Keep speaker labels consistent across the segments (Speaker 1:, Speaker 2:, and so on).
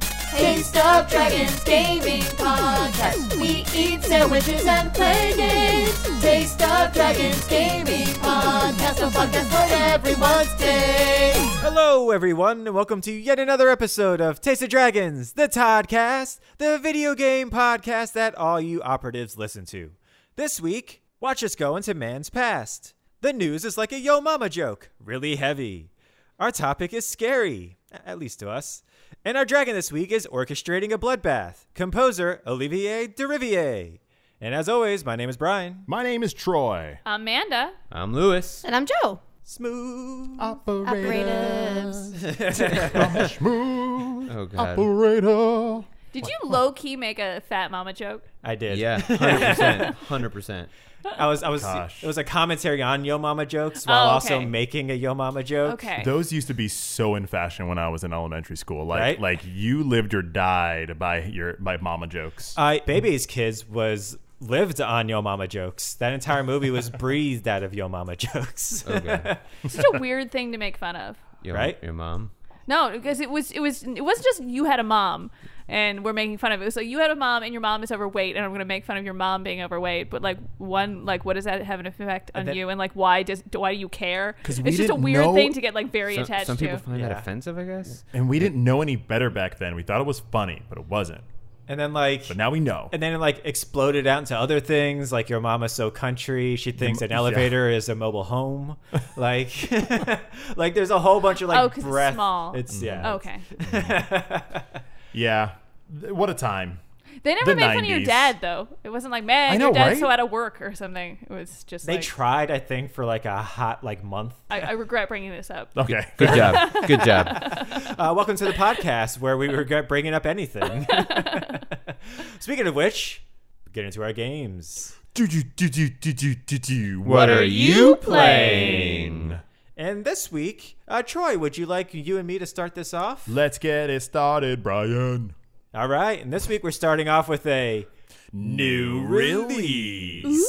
Speaker 1: Taste of Dragons Gaming Podcast. We eat sandwiches and play games. Taste of Dragons Gaming Podcast. A podcast for everyone's taste.
Speaker 2: Hello, everyone, and welcome to yet another episode of Taste of Dragons, the Toddcast, the video game podcast that all you operatives listen to. This week, watch us go into man's past. The news is like a yo mama joke, really heavy. Our topic is scary, at least to us. And our dragon this week is orchestrating a bloodbath, composer Olivier Derivier. And as always, my name is Brian.
Speaker 3: My name is Troy.
Speaker 4: Uh, Amanda.
Speaker 5: I'm Lewis.
Speaker 6: And I'm Joe.
Speaker 2: Smooth.
Speaker 6: Operatives.
Speaker 3: Smooth
Speaker 5: Oh god.
Speaker 3: operator.
Speaker 4: Did you low key make a fat mama joke?
Speaker 2: I did.
Speaker 5: Yeah, hundred percent, hundred percent.
Speaker 2: I was, I was.
Speaker 3: Gosh.
Speaker 2: It was a commentary on Yo Mama jokes while
Speaker 4: Oh,
Speaker 2: also
Speaker 4: okay.
Speaker 2: making a Yo Mama joke.
Speaker 4: Okay.
Speaker 3: Those used to be so in fashion when I was in elementary school. Like
Speaker 2: Right?
Speaker 3: like you lived or died by your by mama jokes.
Speaker 2: I Baby's Kids was lived on Yo Mama jokes. That entire movie was breathed out of Yo Mama jokes.
Speaker 5: Oh god.
Speaker 4: It's such a weird thing to make fun of.
Speaker 5: Your,
Speaker 2: Right?
Speaker 5: Your mom.
Speaker 4: No, because it was it was it wasn't just you had a mom and we're making fun of it. It was like you had a mom and your mom is overweight and I'm gonna make fun of your mom being overweight. But like one like what does that have an effect on
Speaker 2: then-
Speaker 4: you and like why does why do you care?
Speaker 3: 'Cause we
Speaker 4: it's just a
Speaker 3: didn't
Speaker 4: weird
Speaker 3: know-
Speaker 4: thing to get like very
Speaker 5: Some,
Speaker 4: attached
Speaker 5: some
Speaker 4: to.
Speaker 5: people find
Speaker 2: Yeah.
Speaker 5: that offensive, I guess.
Speaker 3: and we didn't know any better back then. We thought it was funny, but it wasn't.
Speaker 2: And then like.
Speaker 3: But now we know.
Speaker 2: and then it like exploded out into other things like your mama's so country she thinks an elevator is a mobile home like like there's a whole bunch of like
Speaker 4: Oh, 'cause it's
Speaker 2: breath
Speaker 4: small.
Speaker 3: Mm.
Speaker 2: it's yeah
Speaker 4: okay.
Speaker 3: yeah. Th- What a time.
Speaker 4: They never
Speaker 3: The
Speaker 4: made fun of your
Speaker 3: 90s.
Speaker 4: dad though. It wasn't like man,
Speaker 3: know,
Speaker 4: your dad's
Speaker 3: right?
Speaker 4: so out of work or something. It was just
Speaker 2: they
Speaker 4: like
Speaker 2: tried i think for like a hot like month
Speaker 4: I, I regret bringing this up.
Speaker 3: Okay.
Speaker 5: Good job. Good job.
Speaker 2: Uh, welcome to the podcast where we regret bringing up anything. Speaking of which, we get into our games.
Speaker 3: Do do do do do do do do.
Speaker 5: What are you playing?
Speaker 2: And this week, uh, Troy, would you like you and me to start this off?
Speaker 3: Let's get it started, Brian.
Speaker 2: All right. And this week, we're starting off with a.
Speaker 3: New release.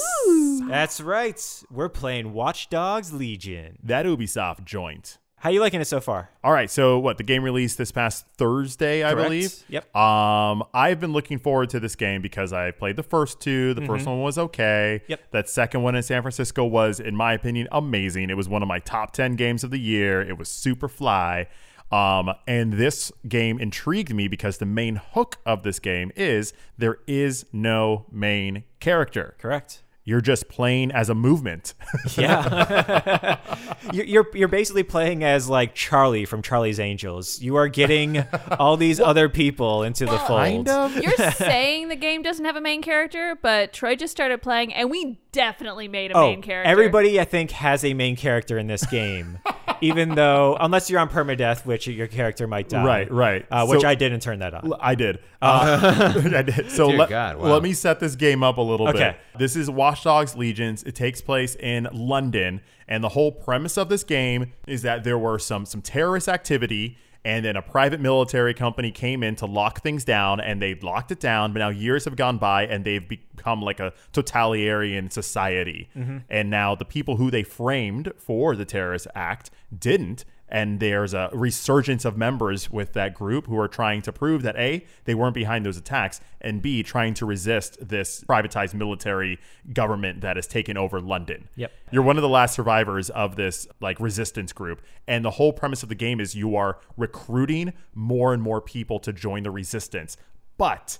Speaker 2: That's right. We're playing Watch Dogs Legion.
Speaker 3: That Ubisoft joint.
Speaker 2: How you liking it so far?
Speaker 3: All right, so what the game released this past Thursday, I
Speaker 2: Correct.
Speaker 3: believe.
Speaker 2: Yep.
Speaker 3: Um, I've been looking forward to this game because I played the first two. The first one was okay.
Speaker 2: Mm-hmm. Yep.
Speaker 3: That second one in San Francisco was, in my opinion, amazing. It was one of my top ten games of the year. It was super fly. Um, and this game intrigued me because the main hook of this game is there is no main character.
Speaker 2: Correct.
Speaker 3: You're just playing as a movement.
Speaker 2: Yeah. you're, you're you're basically playing as like Charlie from Charlie's Angels. You are getting all these other people into the fold.
Speaker 4: Um, You're saying the game doesn't have a main character, but Troy just started playing, and we definitely made a main character.
Speaker 2: Oh, Everybody, I think, has a main character in this game, even though unless you're on permadeath, which your character might die.
Speaker 3: Right, right.
Speaker 2: Uh, which
Speaker 3: So-
Speaker 2: I didn't turn that on.
Speaker 3: L- I did. Uh, I did. So
Speaker 5: Dear
Speaker 3: let,
Speaker 5: God, wow.
Speaker 3: let me set this game up a little
Speaker 2: Okay.
Speaker 3: bit. This is Watch Dogs Legions. It takes place in London, and the whole premise of this game is that there were some some terrorist activity. And then a private military company came in to lock things down, and they locked it down. But now years have gone by, and they've become like a totalitarian society.
Speaker 5: Mm-hmm.
Speaker 3: And now the people who they framed for the terrorist act didn't, and there's a resurgence of members with that group who are trying to prove that A, they weren't behind those attacks, and B, trying to resist this privatized military government that has taken over London.
Speaker 2: Yep.
Speaker 3: You're one of the last survivors of this like resistance group. And the whole premise of the game is you are recruiting more and more people to join the resistance. But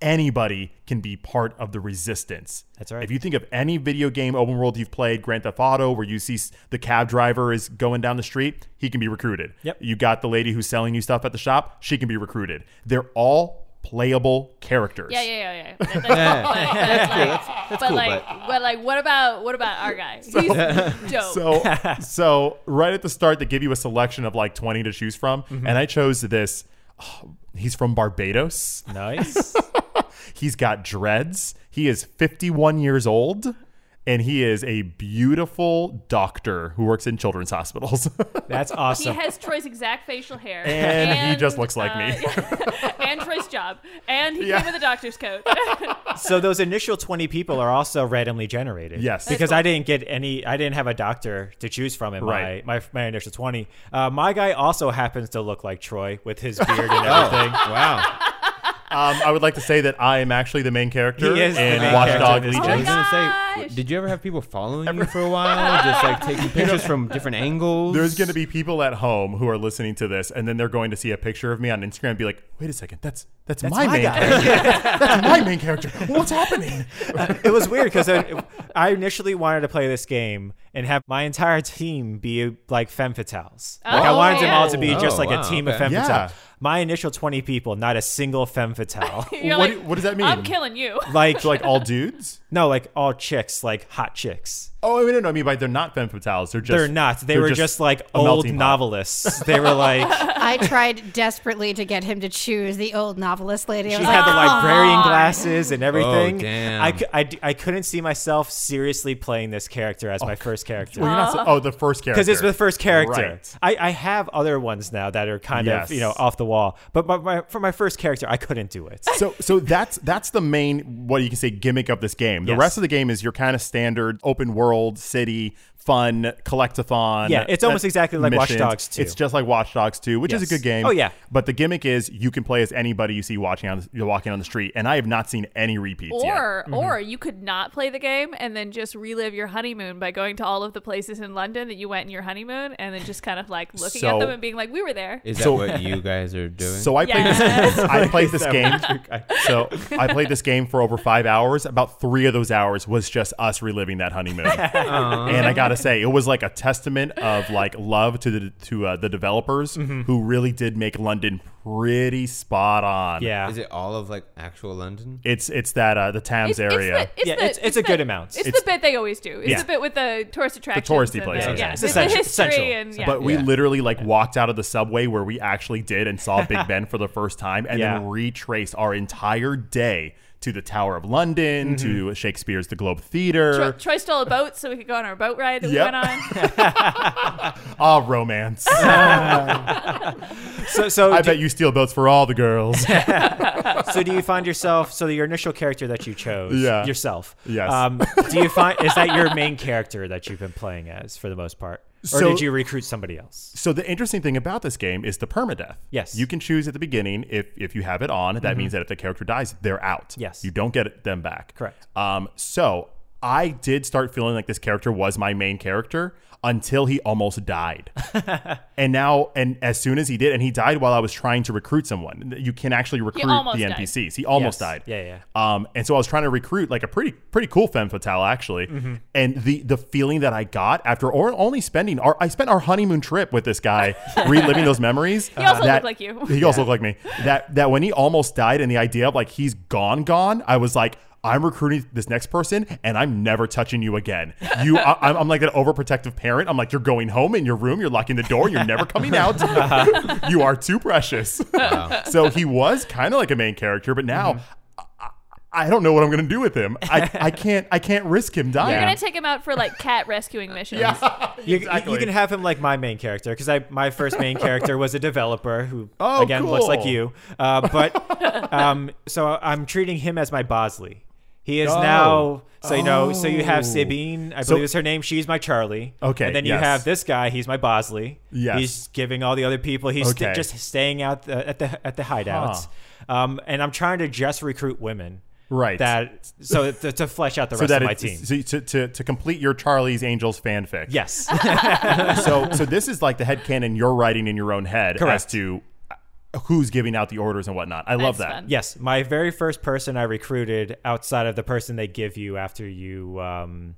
Speaker 3: anybody can be part of the resistance.
Speaker 2: That's right.
Speaker 3: If you think of any video game open world you've played, Grand Theft Auto, where you see s- the cab driver is going down the street, he can be recruited.
Speaker 2: Yep.
Speaker 3: You got the lady who's selling you stuff at the shop, she can be recruited. They're all playable characters.
Speaker 4: Yeah, yeah, yeah, yeah. That- that's funny. That's like- but
Speaker 5: cool,
Speaker 4: like, but, like, what about what about our guy? He's dope.
Speaker 3: So, so right at the start, they give you a selection of like 20 to choose from. And I chose this. oh, he's from Barbados.
Speaker 2: Nice.
Speaker 3: He's got dreads. He is 51 years old. And he is a beautiful doctor who works in children's hospitals.
Speaker 2: That's
Speaker 4: he
Speaker 2: awesome.
Speaker 4: has Troy's exact facial hair,
Speaker 3: And he just looks like me.
Speaker 4: uh, me, and Troy's job, and he
Speaker 3: Yeah.
Speaker 4: came with a doctor's coat.
Speaker 2: so those initial twenty people are also randomly generated.
Speaker 3: Yes. That's
Speaker 2: because I didn't get any. I didn't have a doctor to choose from in
Speaker 3: Right.
Speaker 2: my, my my initial twenty. Uh, my guy also happens to look like Troy with his beard and
Speaker 5: Oh
Speaker 2: everything.
Speaker 5: wow.
Speaker 3: Um, I would like to say that I am actually the main character
Speaker 2: He is the
Speaker 3: in
Speaker 2: main
Speaker 3: Watch
Speaker 2: character Oh,
Speaker 3: Dog
Speaker 2: in this
Speaker 3: Legion.
Speaker 4: game.
Speaker 5: I was gonna say,
Speaker 4: gosh.
Speaker 5: w- did you ever have people following you for a while, just like taking pictures from different angles?
Speaker 3: There's going to be people at home who are listening to this, and then they're going to see a picture of me on Instagram and be like, wait a second, that's that's, my,
Speaker 2: my
Speaker 3: main
Speaker 2: guy."
Speaker 3: character. that's my main character. What's happening?
Speaker 2: it was weird because I, I initially wanted to play this game and have my entire team be like femme fatales. like I
Speaker 4: Oh,
Speaker 2: wanted them all
Speaker 4: yeah.
Speaker 2: to be just
Speaker 5: Oh,
Speaker 2: like a
Speaker 5: wow,
Speaker 2: team of
Speaker 5: okay.
Speaker 2: femme
Speaker 3: Yeah.
Speaker 2: fatales. My initial 20 people, not a single femme fatale.
Speaker 4: You're
Speaker 3: What
Speaker 4: like,
Speaker 3: do- what does that mean?
Speaker 4: I'm killing you.
Speaker 2: like,
Speaker 3: So, like all dudes?
Speaker 2: no, like all chicks, like hot chicks.
Speaker 3: Oh, I mean, no, no, I mean by they're not femme fatales. They're just
Speaker 2: they're not. They
Speaker 3: they're
Speaker 2: were just, like
Speaker 3: a
Speaker 2: old
Speaker 3: melting pot.
Speaker 2: novelists. they were like
Speaker 6: I tried desperately to get him to choose the old novelist lady. I
Speaker 2: she
Speaker 6: was
Speaker 2: had
Speaker 6: like,
Speaker 2: the librarian
Speaker 4: "Come on."
Speaker 2: glasses and everything.
Speaker 5: damn.
Speaker 2: I, cou- I, d- I couldn't see myself seriously playing this character as my first character.
Speaker 3: Well, you're not, oh, the first character.
Speaker 2: because Uh-huh. it's the first character.
Speaker 3: Right.
Speaker 2: I, I have other ones now that are kind
Speaker 3: Yes.
Speaker 2: of you know off the wall, but my, my, for my first character, I couldn't do it.
Speaker 3: so so that's that's the main what you can say gimmick of this game. The
Speaker 2: Yes.
Speaker 3: rest of the game is your kind of standard open world city fun collectathon.
Speaker 2: Yeah, it's almost
Speaker 3: uh,
Speaker 2: exactly like Watch
Speaker 3: missions.
Speaker 2: Dogs 2.
Speaker 3: It's just like Watch Dogs 2, which
Speaker 2: Yes.
Speaker 3: is a good game.
Speaker 2: Oh, yeah.
Speaker 3: But the gimmick is you can play as anybody you see watching on the, you're walking on the street and I have not seen any repeats yet.
Speaker 4: Or, or you could not play the game and then just relive your honeymoon by going to all of the places in London that you went in your honeymoon and then just kind of like looking
Speaker 3: So-
Speaker 4: at them and being like, "We were there."
Speaker 5: Is that
Speaker 3: So-
Speaker 5: what you guys are doing?
Speaker 3: So I played
Speaker 4: Yes.
Speaker 3: this. I played this game. So I played this game for over five hours. About three of those hours was just us reliving that honeymoon. and I gotta say, it was like a testament of like love to the to uh, the developers who really did make London pretty spot on.
Speaker 2: yeah,
Speaker 5: is it all of like actual London?
Speaker 3: It's it's that uh, the Thames
Speaker 4: It's- it's
Speaker 3: area.
Speaker 4: the- it's
Speaker 2: Yeah,
Speaker 4: the-
Speaker 2: it's- it's a
Speaker 4: the-
Speaker 2: good amount.
Speaker 4: It's,
Speaker 3: It's-
Speaker 4: the bit they always do. It's
Speaker 3: Yeah.
Speaker 4: the bit with the tourist attractions. and
Speaker 3: places,
Speaker 4: The,
Speaker 3: yeah.
Speaker 4: yeah,
Speaker 2: It's
Speaker 4: the- the
Speaker 2: essential- essential.
Speaker 4: history and yeah.
Speaker 3: But we
Speaker 5: Yeah.
Speaker 3: literally like walked out of the subway where we actually did and saw Big Ben for the first time, and
Speaker 2: Yeah.
Speaker 3: then retraced our entire day to the Tower of London, to Shakespeare's The Globe
Speaker 4: Troy,
Speaker 3: Theater.
Speaker 4: Troy stole a boat so we could go on our boat ride that
Speaker 3: Yep.
Speaker 4: we went on.
Speaker 3: Ah, romance.
Speaker 2: so so
Speaker 3: I
Speaker 2: do,
Speaker 3: bet you steal boats for all the girls.
Speaker 2: so do you find yourself? So your initial character that you chose,
Speaker 3: Yeah.
Speaker 2: yourself.
Speaker 3: Yes.
Speaker 2: Um, do you find is that your main character that you've been playing as for the most part, or
Speaker 3: So-
Speaker 2: did you recruit somebody else?
Speaker 3: so the interesting thing about this game is the permadeath.
Speaker 2: Yes. Mm-hmm.
Speaker 3: You can choose at the beginning if if you have it on. That means that if the character dies, they're out.
Speaker 2: Yes.
Speaker 3: You don't get them back.
Speaker 2: Correct.
Speaker 3: Um. So I did start feeling like this character was my main character until he almost died. and now, and as soon as he did, and he died while I was trying to recruit someone. You can actually recruit
Speaker 4: almost
Speaker 3: the
Speaker 4: died.
Speaker 3: NPCs. He almost
Speaker 2: Yes.
Speaker 3: died.
Speaker 2: Yeah, yeah.
Speaker 3: Um, and so I was trying to recruit like a pretty pretty cool femme fatale actually,
Speaker 4: Mm-hmm.
Speaker 3: and the the feeling that I got after or only spending our I spent our honeymoon trip with this guy reliving those memories. He
Speaker 4: also looked like you.
Speaker 3: He also looked like me. That that when he almost died and the idea of like he's gone gone, I was like. I'm recruiting this next person, and I'm never touching you again. You, I, I'm, I'm like an overprotective parent. I'm like, you're going home in your room, you're locking the door, you're never coming out. you are too precious. so he was kind of like a main character, but now
Speaker 2: Mm-hmm.
Speaker 3: I don't know what I'm gonna do with him. I, I can't I can't risk him dying.
Speaker 4: You're gonna take him out for like cat rescuing missions.
Speaker 2: You, you-
Speaker 3: exactly.
Speaker 2: you can have him like my main character because I my first main character was a developer who
Speaker 3: Oh,
Speaker 2: again looks like
Speaker 3: cool.
Speaker 2: you. Uh, but um, so I'm treating him as my Bosley. He is
Speaker 3: Oh.
Speaker 2: now so you know so you have
Speaker 3: Oh.
Speaker 2: Sabine, I
Speaker 3: So-
Speaker 2: believe is her name. She's my Charlie.
Speaker 3: Okay,
Speaker 2: and then you
Speaker 3: yes.
Speaker 2: have this guy. He's my Bosley.
Speaker 3: Yes.
Speaker 2: he's giving all the other people. He's st-
Speaker 3: Okay.
Speaker 2: just staying out the, at the at the hideouts. Um, and I'm trying to just recruit women.
Speaker 3: Right.
Speaker 2: That so to, to flesh out the
Speaker 3: so
Speaker 2: rest
Speaker 3: that
Speaker 2: of my
Speaker 3: it's-
Speaker 2: team.
Speaker 3: So to, to, to complete your Charlie's Angels fanfic.
Speaker 2: yes.
Speaker 3: So so this is like the headcanon you're writing in your own head
Speaker 2: Correct.
Speaker 3: as to uh, who's giving out the orders and whatnot. I love
Speaker 4: That's
Speaker 3: that.
Speaker 4: fun.
Speaker 2: Yes, my very first person I recruited outside of the person they give you after you um,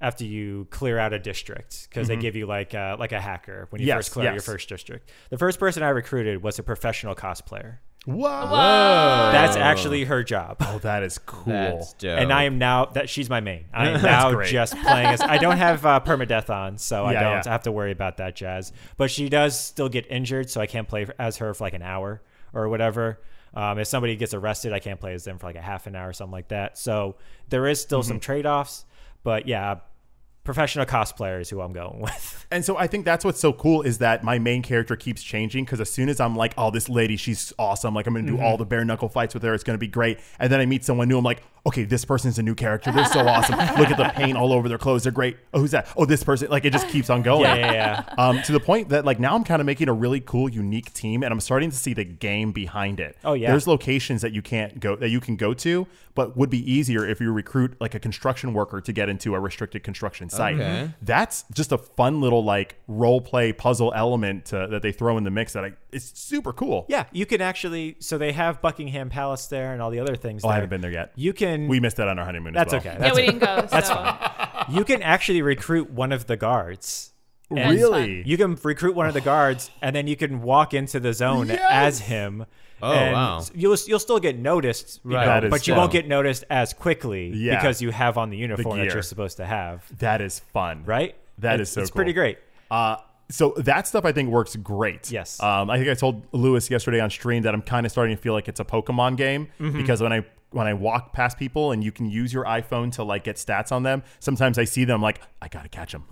Speaker 2: after you clear out a district because they give you like a, like a hacker when you
Speaker 3: Mm-hmm. Yes,
Speaker 2: first clear out your
Speaker 3: yes.
Speaker 2: first district. The first person I recruited was a professional cosplayer.
Speaker 3: Whoa.
Speaker 2: That's actually her job.
Speaker 3: Oh, that is cool.
Speaker 5: That's dope.
Speaker 2: And I am now that she's my main. I am
Speaker 3: That's
Speaker 2: now
Speaker 3: great.
Speaker 2: just playing as I don't have uh, permadeath on, so I
Speaker 3: Yeah,
Speaker 2: don't
Speaker 3: yeah.
Speaker 2: have to worry about that jazz. But she does still get injured, so I can't play as her for like an hour or whatever. Um, if somebody gets arrested, I can't play as them for like a half an hour or something like that. So there is still
Speaker 3: Mm-hmm.
Speaker 2: some trade offs, but yeah, professional cosplayer is who I'm going with.
Speaker 3: And so I think that's what's so cool is that my main character keeps changing because as soon as I'm like,
Speaker 5: Mm-hmm.
Speaker 3: oh, this lady, she's awesome. Like, I'm going to do all the bare knuckle fights with her. It's going to be great. And then I meet someone new. I'm like, okay, this person's a new character. They're so awesome. Look at the paint all over their clothes. They're great. Oh, who's that? Oh, this person. Like it just keeps on going.
Speaker 5: Yeah, yeah, yeah.
Speaker 3: Um, to the point that like now I'm kind of making a really cool, unique team, and I'm starting to see the game behind it.
Speaker 2: Oh, yeah.
Speaker 3: There's locations that you can't go that you can go to, but would be easier if you recruit like a construction worker to get into a restricted construction site.
Speaker 5: Okay.
Speaker 3: That's just a fun little like role play puzzle element to, that they throw in the mix that I, it's super cool.
Speaker 2: Yeah, you can actually. So they have Buckingham Palace there and all the other things.
Speaker 3: Oh,
Speaker 2: there.
Speaker 3: I haven't been there yet.
Speaker 2: You can.
Speaker 3: We missed that on our honeymoon. as
Speaker 2: That's okay.
Speaker 3: well.
Speaker 4: yeah,
Speaker 2: That's
Speaker 4: we didn't go. So
Speaker 2: You can actually recruit one of the guards.
Speaker 4: That's
Speaker 3: really?
Speaker 2: You can recruit one of the guards, and then you can walk into the zone as him.
Speaker 5: Oh,
Speaker 2: and
Speaker 5: wow.
Speaker 2: s- You'll you'll still get noticed, you
Speaker 5: Right.
Speaker 2: know,
Speaker 3: That is
Speaker 2: but you
Speaker 3: fun.
Speaker 2: won't get noticed as quickly
Speaker 3: Yeah.
Speaker 2: because you have on the uniform that
Speaker 3: gear.
Speaker 2: you're supposed to have,
Speaker 3: That is fun.
Speaker 2: right?
Speaker 3: That
Speaker 2: It's-
Speaker 3: is so
Speaker 2: It's pretty
Speaker 3: cool.
Speaker 2: great.
Speaker 3: Uh, so that stuff I think works great.
Speaker 2: Yes.
Speaker 3: Um, I think I told Lewis yesterday on stream that I'm kind of starting to feel like it's a Pokemon game
Speaker 2: Mm-hmm.
Speaker 3: because when I when I walk past people and you can use your iPhone to like get stats on them, sometimes I see them I'm like I gotta catch them.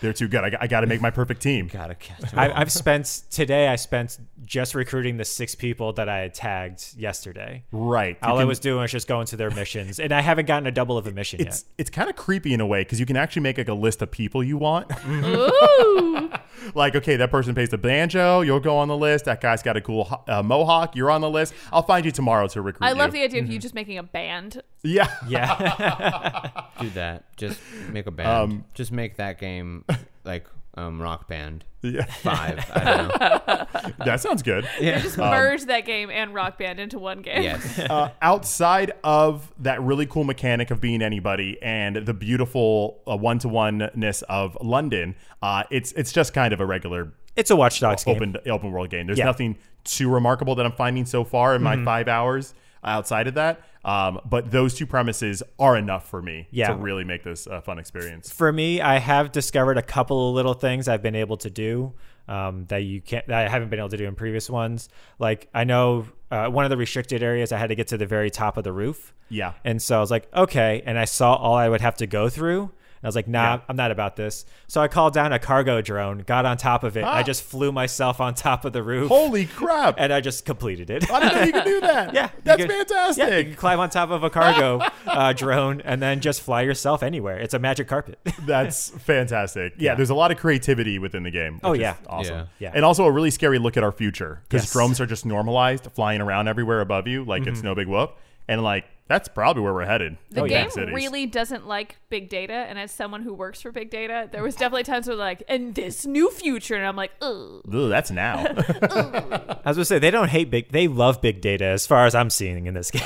Speaker 3: They're too good. I, got- I gotta make my perfect team.
Speaker 5: Gotta catch
Speaker 2: I, I've spent today. I spent just recruiting the six people that I had tagged yesterday.
Speaker 3: Right. You
Speaker 2: All I
Speaker 3: can-
Speaker 2: was doing was just going to their missions, and I haven't gotten a double of a mission
Speaker 3: It's it's kind of creepy in a way because you can actually make like a list of people you want.
Speaker 2: Mm-hmm.
Speaker 4: ooh,
Speaker 3: like, okay, that person plays the banjo. You'll go on the list. That guy's got a cool ho- uh, mohawk. You're on the list. I'll find you tomorrow to recruit.
Speaker 4: I love the
Speaker 3: you.
Speaker 4: idea of you just making a band.
Speaker 3: yeah.
Speaker 2: yet. Yeah,
Speaker 5: do that. Just make a band. just make that game like um, rock band
Speaker 3: Yeah.
Speaker 5: five. I don't know.
Speaker 3: That sounds good.
Speaker 4: Just
Speaker 3: Um,
Speaker 4: merge that game and Rock Band into one game.
Speaker 5: Yes.
Speaker 3: Uh, outside of that really cool mechanic of being anybody and the beautiful one to one ness of London, uh, it's it's just kind of a regular
Speaker 2: it's a Watch Dogs game.
Speaker 3: open open world game. There's
Speaker 2: Yeah. Mm-hmm.
Speaker 3: nothing too remarkable that I'm finding so far in my five hours outside of that. Um, but those two premises are enough for me
Speaker 2: Yeah.
Speaker 3: to really make this a fun experience.
Speaker 2: for me, I have discovered a couple of little things I've been able to do um, that you can't that I haven't been able to do in previous ones. Like I know uh, one of the restricted areas, I had to get to the very top of the roof.
Speaker 3: Yeah.
Speaker 2: and so I was like, okay, and I saw all I would have to go through. And I was like, nah, I'm not about this. So I called down a cargo drone, got on top of it. I
Speaker 3: Ah.
Speaker 2: just flew myself on top of the roof,
Speaker 3: Holy crap!
Speaker 2: and I just completed it.
Speaker 3: I didn't know you could do that.
Speaker 2: Yeah, you
Speaker 3: that's
Speaker 2: could-
Speaker 3: fantastic.
Speaker 2: Yeah, you can climb on top of a cargo uh, drone and then just fly yourself anywhere. It's a magic carpet.
Speaker 3: That's fantastic. Yeah,
Speaker 2: Yeah.
Speaker 3: there's a lot of creativity within the game.
Speaker 2: Oh,
Speaker 3: which is
Speaker 2: yeah.
Speaker 3: awesome.
Speaker 5: Yeah.
Speaker 2: Yeah.
Speaker 3: and also a really scary look at our future because
Speaker 2: Yes. Mm-hmm.
Speaker 3: drones are just normalized, flying around everywhere above you, like it's no big whoop. And like that's probably where we're headed.
Speaker 4: The
Speaker 2: Oh, yeah.
Speaker 4: game
Speaker 3: Cities.
Speaker 4: really doesn't like big data, and as someone who works for big data, there was definitely times where like, and this new future, and I'm like, ugh.
Speaker 3: Ugh, that's now.
Speaker 2: I was gonna say they don't hate big. They love big data, as far as I'm seeing in this game.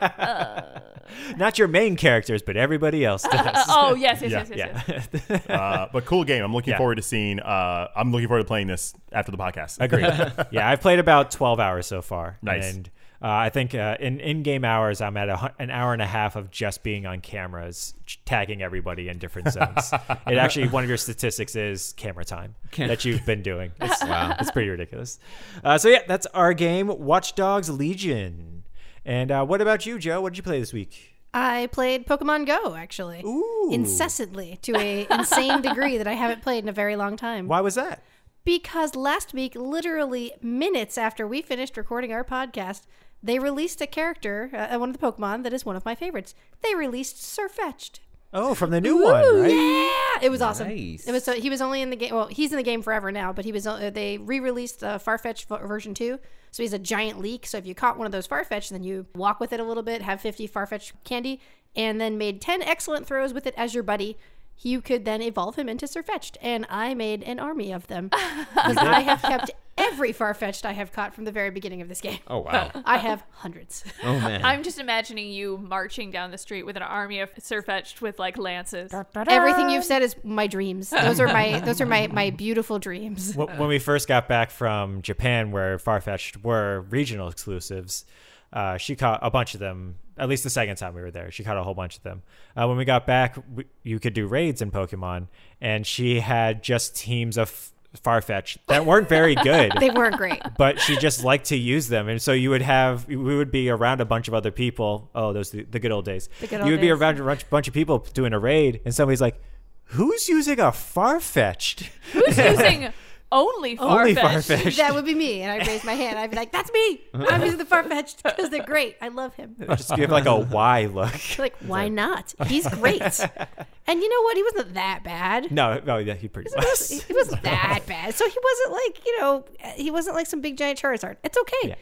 Speaker 2: Not your main characters, but everybody else does.
Speaker 4: Oh yes, yes,
Speaker 3: Yeah.
Speaker 4: yes, yes, yes.
Speaker 2: yeah,
Speaker 3: uh, but cool game. I'm looking
Speaker 2: Yeah.
Speaker 3: forward to seeing. Uh, I'm looking forward to playing this after the podcast.
Speaker 2: agreed. yeah, I've played about 12 hours so far.
Speaker 3: Nice.
Speaker 2: And uh, I think uh, in in-game hours, I'm at a, hu- an hour and a half of just being on cameras, ch- tagging everybody in different zones. it actually one of your statistics is camera time that you've been doing. It's,
Speaker 5: Wow.
Speaker 2: it's pretty ridiculous. Uh, so yeah, that's our game, Watch Dogs Legion. And uh, what about you, Joe? What did you play this week?
Speaker 6: I played Pokemon Go actually, incessantly to a insane degree that I haven't played in a very long time.
Speaker 2: Why was that?
Speaker 6: Because last week, literally minutes after we finished recording our podcast, they released a character, uh, one of the Pokemon that is one of my favorites. They released Surfetched.
Speaker 2: Oh, from the new one, right?
Speaker 6: Yeah, it was awesome.
Speaker 5: Nice.
Speaker 6: It was so he was only in the game. Well, he's in the game forever now, but he was. Uh, they re-released uh, Farfetch v- version two, so he's a giant leak. So if you caught one of those Farfetch, then you walk with it a little bit, have fifty Farfetch candy, and then made ten excellent throws with it as your buddy. You could then evolve him into Surfetched, and I made an army of them because I have kept every Farfetch'd I have caught from the very beginning of this game.
Speaker 5: Oh wow.
Speaker 6: I have hundreds.
Speaker 5: Oh man.
Speaker 4: I'm just imagining you marching down the street with an army of surfetched with like lances.
Speaker 6: Everything you've said is my dreams. Those are my those are my my beautiful dreams.
Speaker 2: Wh- when we first got back from Japan, where Farfetched were regional exclusives, uh, she caught a bunch of them. At least the second time we were there, she caught a whole bunch of them. Uh, when we got back, we, you could do raids in Pokemon, and she had just teams of f- Farfetch'd that weren't very good.
Speaker 6: They weren't great.
Speaker 2: but she just liked to use them. And so you would have, we would be around a bunch of other people. Oh, those the, the good old days.
Speaker 6: The good old
Speaker 2: you would be
Speaker 6: days.
Speaker 2: around a bunch- bunch of people doing a raid, and somebody's like, "Who's using a far fetched?"
Speaker 4: Who's using only Farfetch.
Speaker 2: Only Farfetch.
Speaker 6: that would be me. And I'd raise my hand. I'd be like, that's me. I'm using the Farfetch'd because they're great. I love him.
Speaker 2: Just give like a why look.
Speaker 6: Like, why not? He's great. and you know what? He wasn't that bad.
Speaker 2: No, no, yeah, he pretty
Speaker 6: He
Speaker 2: much.
Speaker 6: he wasn't that bad. So he wasn't like, you know, he wasn't like some big giant Charizard. It's okay.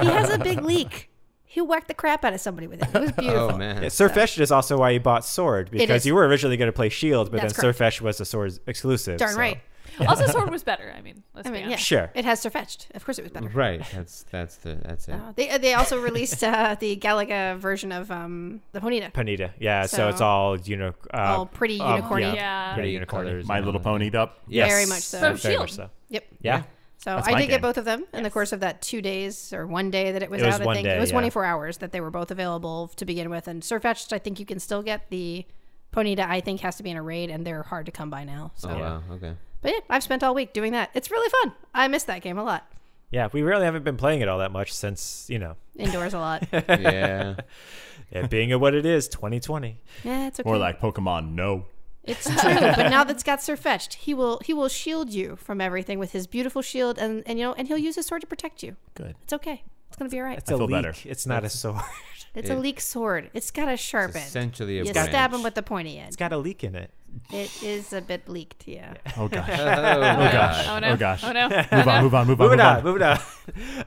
Speaker 6: he has a big leak. He'll whack the crap out of somebody with it. It was beautiful.
Speaker 5: Oh man.
Speaker 2: Yeah, Surfetched is also why you bought Sword because
Speaker 6: is.
Speaker 2: you were originally going to play Shield, E but
Speaker 6: That's
Speaker 2: then Surfetched was a Sword exclusive.
Speaker 6: Darn
Speaker 2: so-
Speaker 6: right.
Speaker 4: Also, Sword was better. I mean, let's
Speaker 6: I
Speaker 4: be
Speaker 6: mean, yeah.
Speaker 4: honest.
Speaker 2: Sure.
Speaker 6: It has Surfetched. Of course it was better.
Speaker 5: Right. That's that's the that's it.
Speaker 6: Uh, They, they also released uh, the Galaga version of um, the Ponita.
Speaker 2: Panita. Yeah, so,
Speaker 6: So-
Speaker 2: it's all uni- uh,
Speaker 6: All pretty unicorny.
Speaker 2: Yeah,
Speaker 4: Yeah.
Speaker 2: pretty
Speaker 5: Pretty
Speaker 2: unicorny.
Speaker 5: colours
Speaker 3: My
Speaker 5: and
Speaker 3: Little
Speaker 5: all
Speaker 3: Pony up.
Speaker 2: Yes.
Speaker 6: Very much so.
Speaker 4: So
Speaker 2: Very
Speaker 4: Shield.
Speaker 2: much so.
Speaker 6: Yep.
Speaker 2: Yeah.
Speaker 6: So
Speaker 3: That's
Speaker 6: I
Speaker 3: my
Speaker 6: did
Speaker 3: game.
Speaker 6: get both of them in the course of that two days or one day that it was,
Speaker 2: It was
Speaker 6: out. I
Speaker 2: one
Speaker 6: think
Speaker 2: day,
Speaker 6: it was
Speaker 2: yeah.
Speaker 6: 24 hours that they were both available to begin with. And Surfetched, I think you can still get the Ponyta. I think has to be in a raid, and they're hard to come by now. So,
Speaker 5: Oh wow. Okay.
Speaker 6: but yeah, I've spent all week doing that. It's really fun. I miss that game a lot.
Speaker 2: Yeah, we really haven't been playing it all that much since, you know,
Speaker 6: Indoors a lot.
Speaker 5: Yeah.
Speaker 2: it being what it is, 2020.
Speaker 6: yeah, it's okay.
Speaker 3: More like Pokemon No.
Speaker 6: It's true, but now that's got Surfetched, he will he will shield you from everything with his beautiful shield, and and you know, and he'll use his sword to protect you.
Speaker 3: Good.
Speaker 6: It's okay. It's gonna be all right. It's,
Speaker 2: It's a
Speaker 3: feel
Speaker 2: leak.
Speaker 3: better.
Speaker 2: It's not a sword.
Speaker 6: a
Speaker 5: it-
Speaker 6: leak sword. It's got a sharp end.
Speaker 5: Essentially a
Speaker 6: You
Speaker 5: branch.
Speaker 6: stab him with the pointy end.
Speaker 2: It's got a leak in it.
Speaker 6: It is a bit leaked, yeah.
Speaker 3: Oh gosh.
Speaker 5: Oh, gosh.
Speaker 4: Oh no.
Speaker 3: Oh, gosh.
Speaker 4: Oh no.
Speaker 3: move on. Move on. Move on.
Speaker 2: Moving
Speaker 3: move
Speaker 2: on, moving on.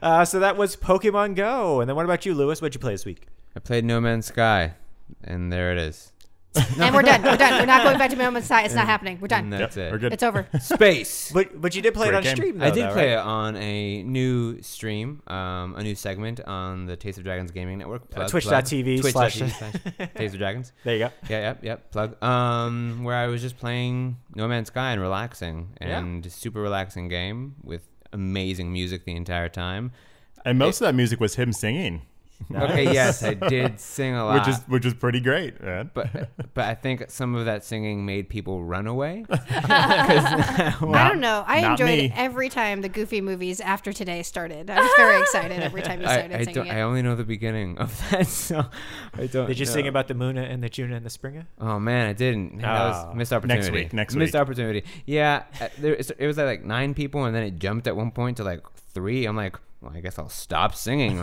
Speaker 2: Uh, so that was Pokemon Go. And then what about you, Lewis? What'd you play this week?
Speaker 5: I played No Man's Sky, and there it is.
Speaker 6: And we're done. We're done. We're not going back to Moment Side. It's not happening. We're
Speaker 5: And
Speaker 6: done.
Speaker 5: that's
Speaker 3: Yep,
Speaker 5: it.
Speaker 3: We're good.
Speaker 6: It's over.
Speaker 5: Space.
Speaker 2: But but you did play
Speaker 3: Great
Speaker 2: it on
Speaker 3: game.
Speaker 2: stream, though.
Speaker 5: I did
Speaker 2: though,
Speaker 5: play
Speaker 2: right?
Speaker 5: it on a new stream, um, a new segment on the Taste of Dragons Gaming Network. Plug,
Speaker 2: twitch.tv
Speaker 5: plug.
Speaker 2: slash-
Speaker 5: Twitch.tv Taste of Dragons.
Speaker 2: There you go.
Speaker 5: Yeah, yep, yep. Plug. Um, where I was just playing No Man's Sky and relaxing,
Speaker 2: Yeah.
Speaker 5: and super relaxing game with amazing music the entire time.
Speaker 3: And most of that music was him singing,
Speaker 5: Okay, yes, I did sing a lot.
Speaker 3: which is which is pretty great, man.
Speaker 5: but but I think some of that singing made people run away.
Speaker 6: I don't know. I
Speaker 3: Not
Speaker 6: enjoyed
Speaker 3: me.
Speaker 6: every time the Goofy movies after today started. I was very excited every time you started
Speaker 5: I, I,
Speaker 6: singing
Speaker 5: don't,
Speaker 6: it.
Speaker 5: I only know the beginning of that song. I don't.
Speaker 2: Did you
Speaker 5: know.
Speaker 2: sing about the Muna and the Juna and the Springa?
Speaker 5: Oh man, I didn't. Man, that
Speaker 2: Ah.
Speaker 5: was missed opportunity.
Speaker 3: week, next
Speaker 5: missed
Speaker 3: week.
Speaker 5: opportunity. Yeah, uh, there, it was at like nine people, and then it jumped at one point to like three. I'm like, well, I guess I'll stop singing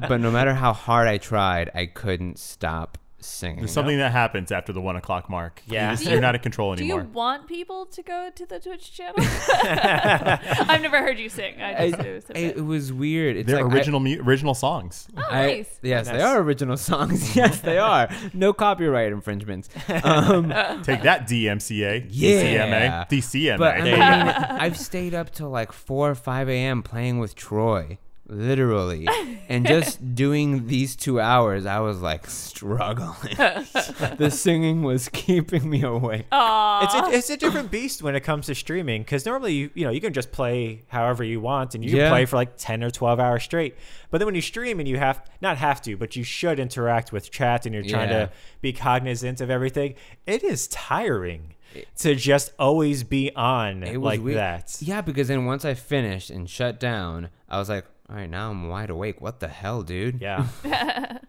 Speaker 5: but no matter how hard I tried, I couldn't stop singing.
Speaker 3: There's something that happens after the one o'clock mark.
Speaker 2: Yeah.
Speaker 3: you
Speaker 2: Do
Speaker 3: are not in control
Speaker 4: Do you
Speaker 3: anymore.
Speaker 4: want people to go to the Twitch channel? I've never heard you sing. I just it was so
Speaker 5: I- it
Speaker 4: bad.
Speaker 5: was weird. It's
Speaker 3: They're
Speaker 5: like I-
Speaker 3: original mu- original songs.
Speaker 5: I-
Speaker 4: nice.
Speaker 5: Yes, they are original songs. Yes, they are. No copyright infringements. Um,
Speaker 3: Take that, DMCA,
Speaker 5: Yeah.
Speaker 3: DCMA, DCMA.
Speaker 5: But I
Speaker 2: There
Speaker 5: mean,
Speaker 2: you go.
Speaker 5: I've stayed up till like 4 or 5 a.m. playing with Troy, literally. And just doing these two hours, I was like struggling. the singing was keeping me awake.
Speaker 2: Oh.
Speaker 4: Aw.
Speaker 2: It's a, it's a different beast when it comes to streaming because normally you you know you can just play however you want and you can
Speaker 5: Yeah.
Speaker 2: play for like ten or twelve hours straight. But then when you stream and you have not have to, but you should interact with chat and you're trying
Speaker 5: Yeah.
Speaker 2: to be cognizant of everything. It is tiring to just always be on
Speaker 5: It was
Speaker 2: like
Speaker 5: weird.
Speaker 2: that.
Speaker 5: Yeah, because then once I finished and shut down, I was like, all right, now I'm wide awake. What the hell, dude?
Speaker 2: Yeah,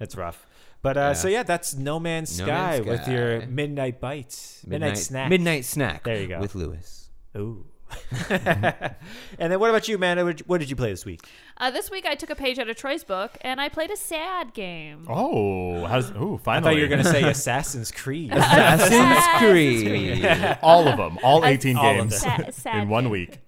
Speaker 2: it's rough. But uh, so yeah, that's No Man's
Speaker 5: No
Speaker 2: Sky
Speaker 5: Man's
Speaker 2: with
Speaker 5: Sky.
Speaker 2: your midnight bite, midnight, snack,
Speaker 5: Midnight snack.
Speaker 2: There you go.
Speaker 5: With Lewis.
Speaker 2: Ooh. and then what about you, man? What did you play this week?
Speaker 4: Uh, this week I took a page out of Troy's book and I played a sad game.
Speaker 3: oh, how's ooh,
Speaker 2: I
Speaker 3: finally.
Speaker 2: thought you were gonna say Assassin's Creed.
Speaker 5: Assassin's
Speaker 4: Creed.
Speaker 5: Creed.
Speaker 3: all of them, all 18
Speaker 2: all of
Speaker 3: games
Speaker 2: them.
Speaker 4: Sa- sad
Speaker 3: in one
Speaker 4: game.
Speaker 3: week.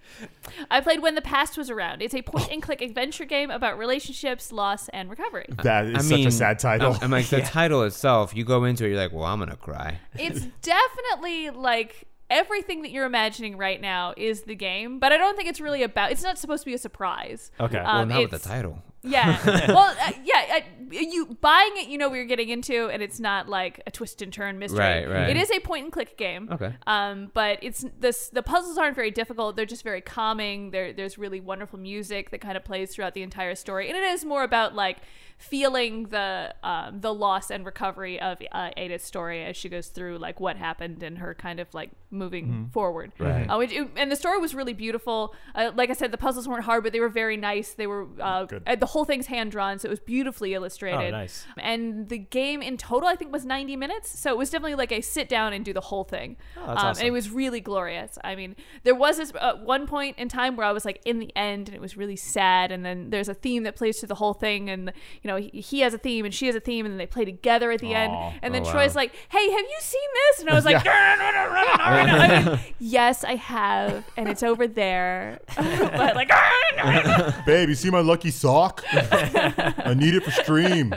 Speaker 4: I played When the Past Was Around. It's a point and click adventure game about relationships, loss, and recovery.
Speaker 3: That is such a sad title.
Speaker 5: I'm, I'm like, the title itself, you go into it, you're like, well, I'm going to cry.
Speaker 4: It's definitely like everything that you're imagining right now is the game, but I don't think it's really about. It's not supposed to be a surprise.
Speaker 2: Okay.
Speaker 5: Well,
Speaker 4: Um,
Speaker 5: not with the
Speaker 4: it's-
Speaker 5: title.
Speaker 4: Yeah. well, uh, yeah. Uh, you buying it, you know what you're getting into, and it's not like a twist and turn mystery.
Speaker 5: Right, right.
Speaker 4: It is a point and click game.
Speaker 5: Okay.
Speaker 4: Um, but it's this. The puzzles aren't very difficult. They're just very calming. There, there's really wonderful music that kind of plays throughout the entire story, and it is more about like feeling the um, the loss and recovery of uh, Ada's story as she goes through like what happened and her kind of like moving forward.
Speaker 5: Right.
Speaker 4: Uh, which, and the story was really beautiful. Uh, like I said, the puzzles weren't hard, but they were very nice. They were uh,
Speaker 3: Good.
Speaker 4: and the the whole thing's hand drawn, so it was beautifully illustrated.
Speaker 2: Oh, nice.
Speaker 4: And the game in total, I think, was 90 minutes. So it was definitely like a sit down and do the whole thing.
Speaker 2: that's
Speaker 4: um,
Speaker 2: awesome.
Speaker 4: And it was really glorious. I mean, there was this uh, one point in time where I was like in the end and it was really sad. And then there's a theme that plays through the whole thing. And, you know, he, he has a theme and she has a theme and then they play together at the
Speaker 3: Aw.
Speaker 4: end. And then
Speaker 5: Oh, wow.
Speaker 4: Troy's like, hey, have you seen this? And I was like, I mean, yes, I have. And it's over there. but like, "Ah,
Speaker 3: Babe, you see my lucky sock? I need it for stream.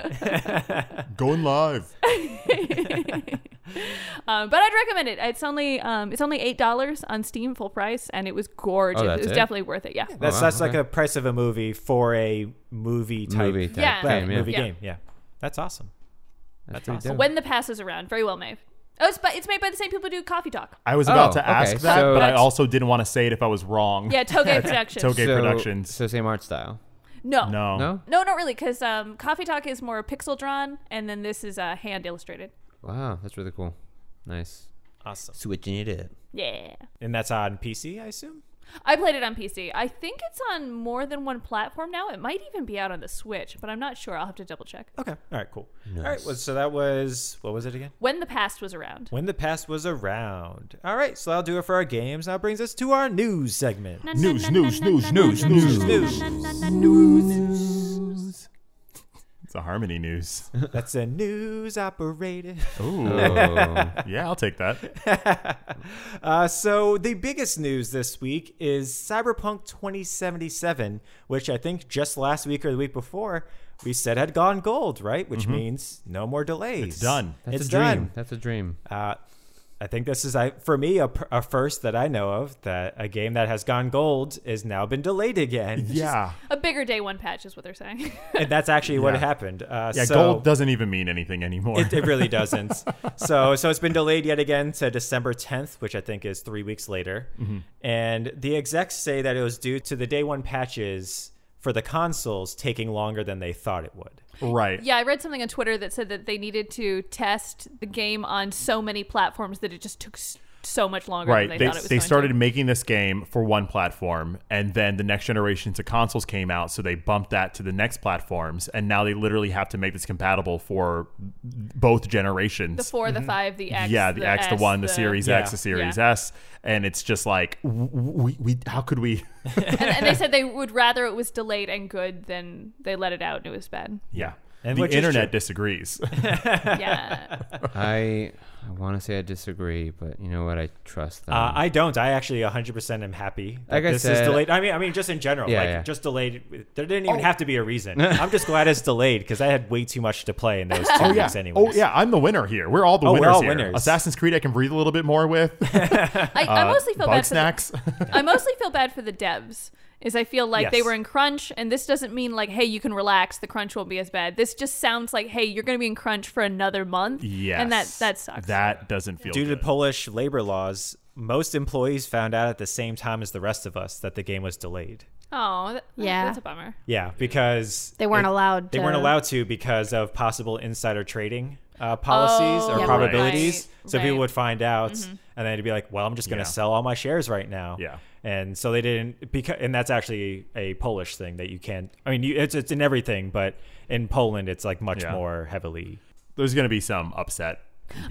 Speaker 3: Going live.
Speaker 4: Um, but I'd recommend it. It's only um, it's only eight dollars on Steam full price, and it was gorgeous.
Speaker 5: Oh,
Speaker 4: it
Speaker 5: that's
Speaker 4: was
Speaker 5: it?
Speaker 4: definitely worth it. Yeah.
Speaker 2: That's
Speaker 5: Oh, wow,
Speaker 2: that's like
Speaker 5: okay.
Speaker 2: a price of a movie for a movie type
Speaker 5: movie type
Speaker 4: Yeah.
Speaker 2: play,
Speaker 5: game, yeah.
Speaker 2: movie
Speaker 4: Yeah.
Speaker 2: game. Yeah, that's awesome.
Speaker 5: That's,
Speaker 2: awesome.
Speaker 5: pretty dope.
Speaker 4: When the pass is around, very well made. Oh, it's, but it's made by the same people who do Coffee Talk.
Speaker 3: I was about
Speaker 5: Oh,
Speaker 3: to ask
Speaker 5: okay,
Speaker 3: that,
Speaker 5: so-
Speaker 3: but I also didn't want to say it if I was wrong.
Speaker 4: Yeah, Toge Productions.
Speaker 3: Toge.
Speaker 5: so,
Speaker 3: Productions. Oh.
Speaker 5: So same art style.
Speaker 4: No.
Speaker 3: No.
Speaker 5: No.
Speaker 4: No, not really, because um, Coffee Talk is more pixel drawn, and then this is uh, hand illustrated.
Speaker 5: Wow, that's really cool. Nice.
Speaker 2: Awesome.
Speaker 5: Switching it up.
Speaker 4: Yeah.
Speaker 2: And that's on PC, I assume.
Speaker 4: I played it on PC. I think it's on more than one platform now. It might even be out on the Switch, but I'm not sure. I'll have to double check.
Speaker 2: Okay. All right. Cool. All right. Well, so that was what was it again?
Speaker 4: When the past was around.
Speaker 2: When the past was around. All right. So that'll do it for our games. Now brings us to our news segment.
Speaker 3: News, news, news, news, news,
Speaker 2: News.
Speaker 3: news. It's a harmony news.
Speaker 2: That's a news operator.
Speaker 5: Oh,
Speaker 3: Yeah, I'll take that.
Speaker 2: Uh, so the biggest news this week is Cyberpunk 2077, which I think just last week or the week before we said had gone gold, right? Which means no more delays. It's
Speaker 3: Mm-hmm. done.
Speaker 5: that's
Speaker 2: it's
Speaker 5: a dream.
Speaker 2: done.
Speaker 5: That's a dream.
Speaker 2: Uh, I think this is, I for me, a, pr- a first that I know of that a game that has gone gold has now been delayed again.
Speaker 3: Yeah.
Speaker 4: A bigger day one patch is what they're saying.
Speaker 2: and that's actually what
Speaker 3: Yeah.
Speaker 2: happened. Uh,
Speaker 3: Yeah,
Speaker 2: so
Speaker 3: gold doesn't even mean anything anymore.
Speaker 2: it, it really doesn't. so so it's been delayed yet again to December 10th, which I think is three weeks later.
Speaker 5: Mm-hmm.
Speaker 2: And the execs say that it was due to the day one patches for the consoles taking longer than they thought it would.
Speaker 3: right.
Speaker 4: yeah, I read something on Twitter that said that they needed to test the game on so many platforms that it just took s- so much longer
Speaker 3: Right.
Speaker 4: than they,
Speaker 3: They,
Speaker 4: thought it was
Speaker 3: they
Speaker 4: going
Speaker 3: started
Speaker 4: to.
Speaker 3: making this game for one platform, and then the next generations of consoles came out, so they bumped that to the next platforms, and now they literally have to make this compatible for both generations.
Speaker 4: the 4, the 5, the X,
Speaker 3: yeah, the, X, the
Speaker 4: S,
Speaker 3: one, the, Series
Speaker 2: Yeah.
Speaker 3: X, the Series
Speaker 4: Yeah.
Speaker 3: S, and it's just like w- w- we, we how could we?
Speaker 4: and, and they said they would rather it was delayed and good than they let it out and it was bad.
Speaker 3: yeah,
Speaker 2: And
Speaker 3: the
Speaker 2: which is
Speaker 3: internet
Speaker 2: true.
Speaker 3: disagrees.
Speaker 4: Yeah.
Speaker 5: I I want to say I disagree, but you know what? I trust them.
Speaker 2: Uh, I don't. I actually 100% am happy that
Speaker 5: Hmm. Like I
Speaker 2: this is
Speaker 5: said-
Speaker 2: delayed. I mean, I mean, just in general,
Speaker 5: Yeah,
Speaker 2: like
Speaker 5: yeah.
Speaker 2: just delayed. There didn't even have to be a reason. I'm just glad it's delayed because I had way too much to play in those two
Speaker 3: Oh yeah.
Speaker 2: weeks anyway.
Speaker 3: Oh yeah. I'm the winner here. We're all the
Speaker 2: Oh, we're
Speaker 3: winners
Speaker 2: all
Speaker 3: here.
Speaker 2: winners.
Speaker 3: Assassin's Creed, I can breathe a little bit more with.
Speaker 4: I, I mostly feel
Speaker 3: Uh,
Speaker 4: bad for the-
Speaker 3: Bug snacks.
Speaker 4: I mostly feel bad for the devs. Is I feel like they
Speaker 2: Yes.
Speaker 4: were in crunch, and this doesn't mean like, hey, you can relax. The crunch won't be as bad. This just sounds like, hey, you're going to be in crunch for another month.
Speaker 3: yes.
Speaker 4: and that that sucks.
Speaker 3: That doesn't feel
Speaker 2: Due to
Speaker 3: good.
Speaker 2: Polish labor laws, most employees found out at the same time as the rest of us that the game was delayed.
Speaker 4: oh, that-
Speaker 6: Yeah.
Speaker 4: that's a bummer.
Speaker 2: Yeah, because
Speaker 6: They weren't
Speaker 2: it-
Speaker 6: allowed
Speaker 2: They weren't
Speaker 6: to-
Speaker 2: allowed to because of possible insider trading uh, policies
Speaker 4: Oh,
Speaker 2: or
Speaker 4: Yeah.
Speaker 2: probabilities.
Speaker 4: right,
Speaker 2: so
Speaker 4: right. Mm-hmm.
Speaker 2: people would find out, and then it'd be like, "Well, I'm just going to
Speaker 3: Yeah.
Speaker 2: sell all my shares right now."
Speaker 3: Yeah.
Speaker 2: And so they didn't because, and that's actually a Polish thing that you can't. I mean, you, it's it's in everything, but in Poland, it's like much
Speaker 3: Yeah.
Speaker 2: more heavily.
Speaker 3: There's going to be some upset.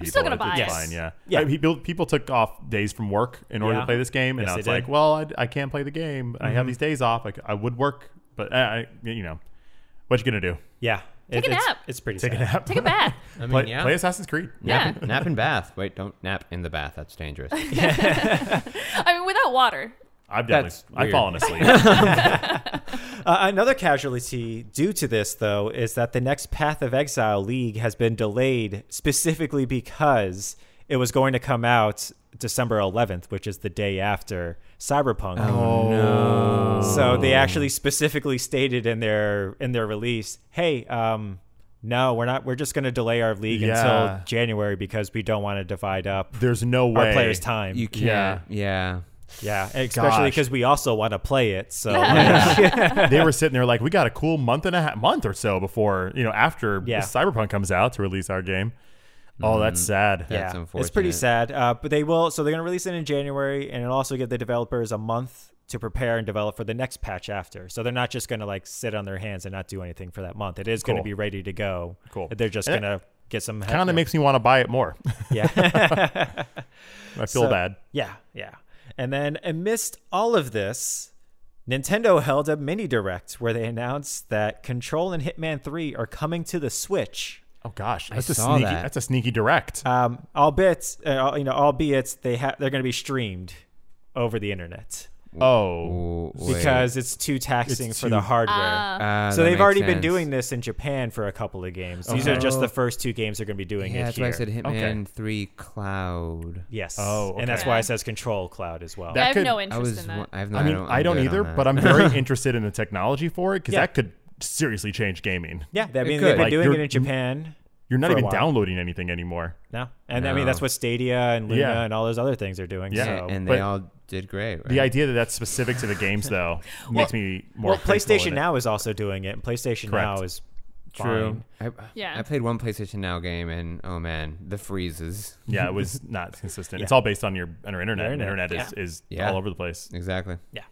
Speaker 3: I'm
Speaker 4: still gonna buy
Speaker 3: it's
Speaker 4: it.
Speaker 3: Fine, yeah.
Speaker 2: Yeah.
Speaker 3: I- people, people took off days from work in order
Speaker 2: Yeah.
Speaker 3: to play this game, and
Speaker 2: Yes,
Speaker 3: I
Speaker 2: they
Speaker 3: was
Speaker 2: did. Mm-hmm.
Speaker 3: like, well, I, I can't play the game. I have these days off. I, c- I would work, but uh, I, I, you know, what you gonna do?
Speaker 2: Yeah.
Speaker 4: Take a
Speaker 2: it's,
Speaker 4: nap.
Speaker 2: It's pretty.
Speaker 3: Take
Speaker 2: sad.
Speaker 3: a nap.
Speaker 4: Take a bath.
Speaker 5: I mean,
Speaker 3: play,
Speaker 5: yeah.
Speaker 3: play Assassin's Creed.
Speaker 5: nap,
Speaker 4: Yeah.
Speaker 5: nap in bath. Wait, don't nap in the bath. That's dangerous.
Speaker 4: I mean, without water.
Speaker 3: I've definitely,
Speaker 5: That's
Speaker 3: I've
Speaker 5: weird.
Speaker 3: fallen asleep.
Speaker 2: Uh, another casualty due to this, though, is that the next Path of Exile League has been delayed specifically because it was going to come out December 11th, which is the day after Cyberpunk. Oh no! So they actually specifically stated in their in their release, "Hey, um, no, we're not. We're just going to delay our league
Speaker 3: Yeah.
Speaker 2: until January because we don't want to divide up
Speaker 3: There's no way.
Speaker 2: our players' time.
Speaker 5: You
Speaker 3: Yeah.
Speaker 5: can't. Yeah.
Speaker 2: yeah, especially
Speaker 3: Gosh.
Speaker 2: because we also want to play it. So
Speaker 3: they were sitting there like, we got a cool month and a half, month or so before, you know, after
Speaker 2: Yeah.
Speaker 3: Cyberpunk comes out to release our game. Oh, that's sad.
Speaker 5: Mm. That's
Speaker 2: It's pretty
Speaker 5: unfortunate.
Speaker 2: sad. Uh, but they will. So they're going to release it in January, and it'll also give the developers a month to prepare and develop for the next patch after. So they're not just going to like sit on their hands and not do anything for that month. It is going
Speaker 3: Cool.
Speaker 2: to be ready to go.
Speaker 3: Cool.
Speaker 2: They're just
Speaker 3: And
Speaker 2: going to get some help.
Speaker 3: Kind of makes me want to buy it more.
Speaker 2: yeah.
Speaker 3: I feel
Speaker 2: So-
Speaker 3: bad.
Speaker 2: Yeah, yeah. And then amidst all of this, Nintendo held a mini direct where they announced that Control and Hitman 3 are coming to the Switch.
Speaker 3: Oh gosh, that's a
Speaker 5: saw
Speaker 3: sneaky.
Speaker 5: that.
Speaker 3: That's a sneaky direct.
Speaker 2: Um, albeit, uh, you know, albeit they ha- they're going to be streamed over the internet
Speaker 3: oh,
Speaker 5: Ooh, wait.
Speaker 2: because it's too taxing
Speaker 3: It's
Speaker 2: for
Speaker 3: too-
Speaker 2: the hardware.
Speaker 4: Oh. Uh,
Speaker 5: Ah,
Speaker 2: so
Speaker 5: that
Speaker 2: they've
Speaker 5: makes
Speaker 2: already been
Speaker 5: sense.
Speaker 2: doing this in Japan for a couple of games. These
Speaker 5: Okay.
Speaker 2: are just the first two games they're going to be doing
Speaker 5: Yeah,
Speaker 2: it
Speaker 5: that's
Speaker 2: here.
Speaker 5: why I said Hitman
Speaker 3: Okay.
Speaker 5: Three Cloud.
Speaker 2: yes.
Speaker 3: Oh,
Speaker 2: and that's
Speaker 4: okay.
Speaker 2: why it says Control Cloud as well.
Speaker 3: That
Speaker 4: I have
Speaker 3: could-
Speaker 4: no
Speaker 5: I
Speaker 4: interest
Speaker 5: was.
Speaker 4: in that.
Speaker 5: wa- I've not.
Speaker 3: I mean, I don't,
Speaker 5: good on
Speaker 3: either,
Speaker 5: that.
Speaker 3: but I'm very interested in the technology for it because
Speaker 2: Yeah.
Speaker 3: that could seriously change gaming.
Speaker 2: yeah, that
Speaker 5: It
Speaker 2: means
Speaker 5: could.
Speaker 2: they've been
Speaker 3: Like,
Speaker 2: doing
Speaker 3: you're-
Speaker 2: it in Japan.
Speaker 3: You're not
Speaker 2: For a
Speaker 3: even
Speaker 2: while.
Speaker 3: downloading anything anymore.
Speaker 2: No, and I mean that's
Speaker 5: No.
Speaker 2: what Stadia and Luna
Speaker 3: Yeah.
Speaker 2: and all those other things are doing.
Speaker 3: Yeah,
Speaker 5: A-
Speaker 2: so.
Speaker 5: and
Speaker 3: but-
Speaker 5: they all did great. Right?
Speaker 3: The idea that that's specific to the games, though, makes me more.
Speaker 2: well,
Speaker 3: comfortable with
Speaker 2: PlayStation
Speaker 3: it.
Speaker 2: Now is also doing it, and PlayStation
Speaker 3: Correct.
Speaker 2: Now is
Speaker 5: True.
Speaker 2: fine.
Speaker 5: I, uh,
Speaker 4: Yeah.
Speaker 5: I played one PlayStation Now game, and oh man, the freezes.
Speaker 3: Yeah, it was not consistent. It's all based on your on your internet. and
Speaker 2: Internet,
Speaker 3: internet is, is
Speaker 5: Yeah.
Speaker 3: all over the place.
Speaker 5: Exactly.
Speaker 2: Yeah,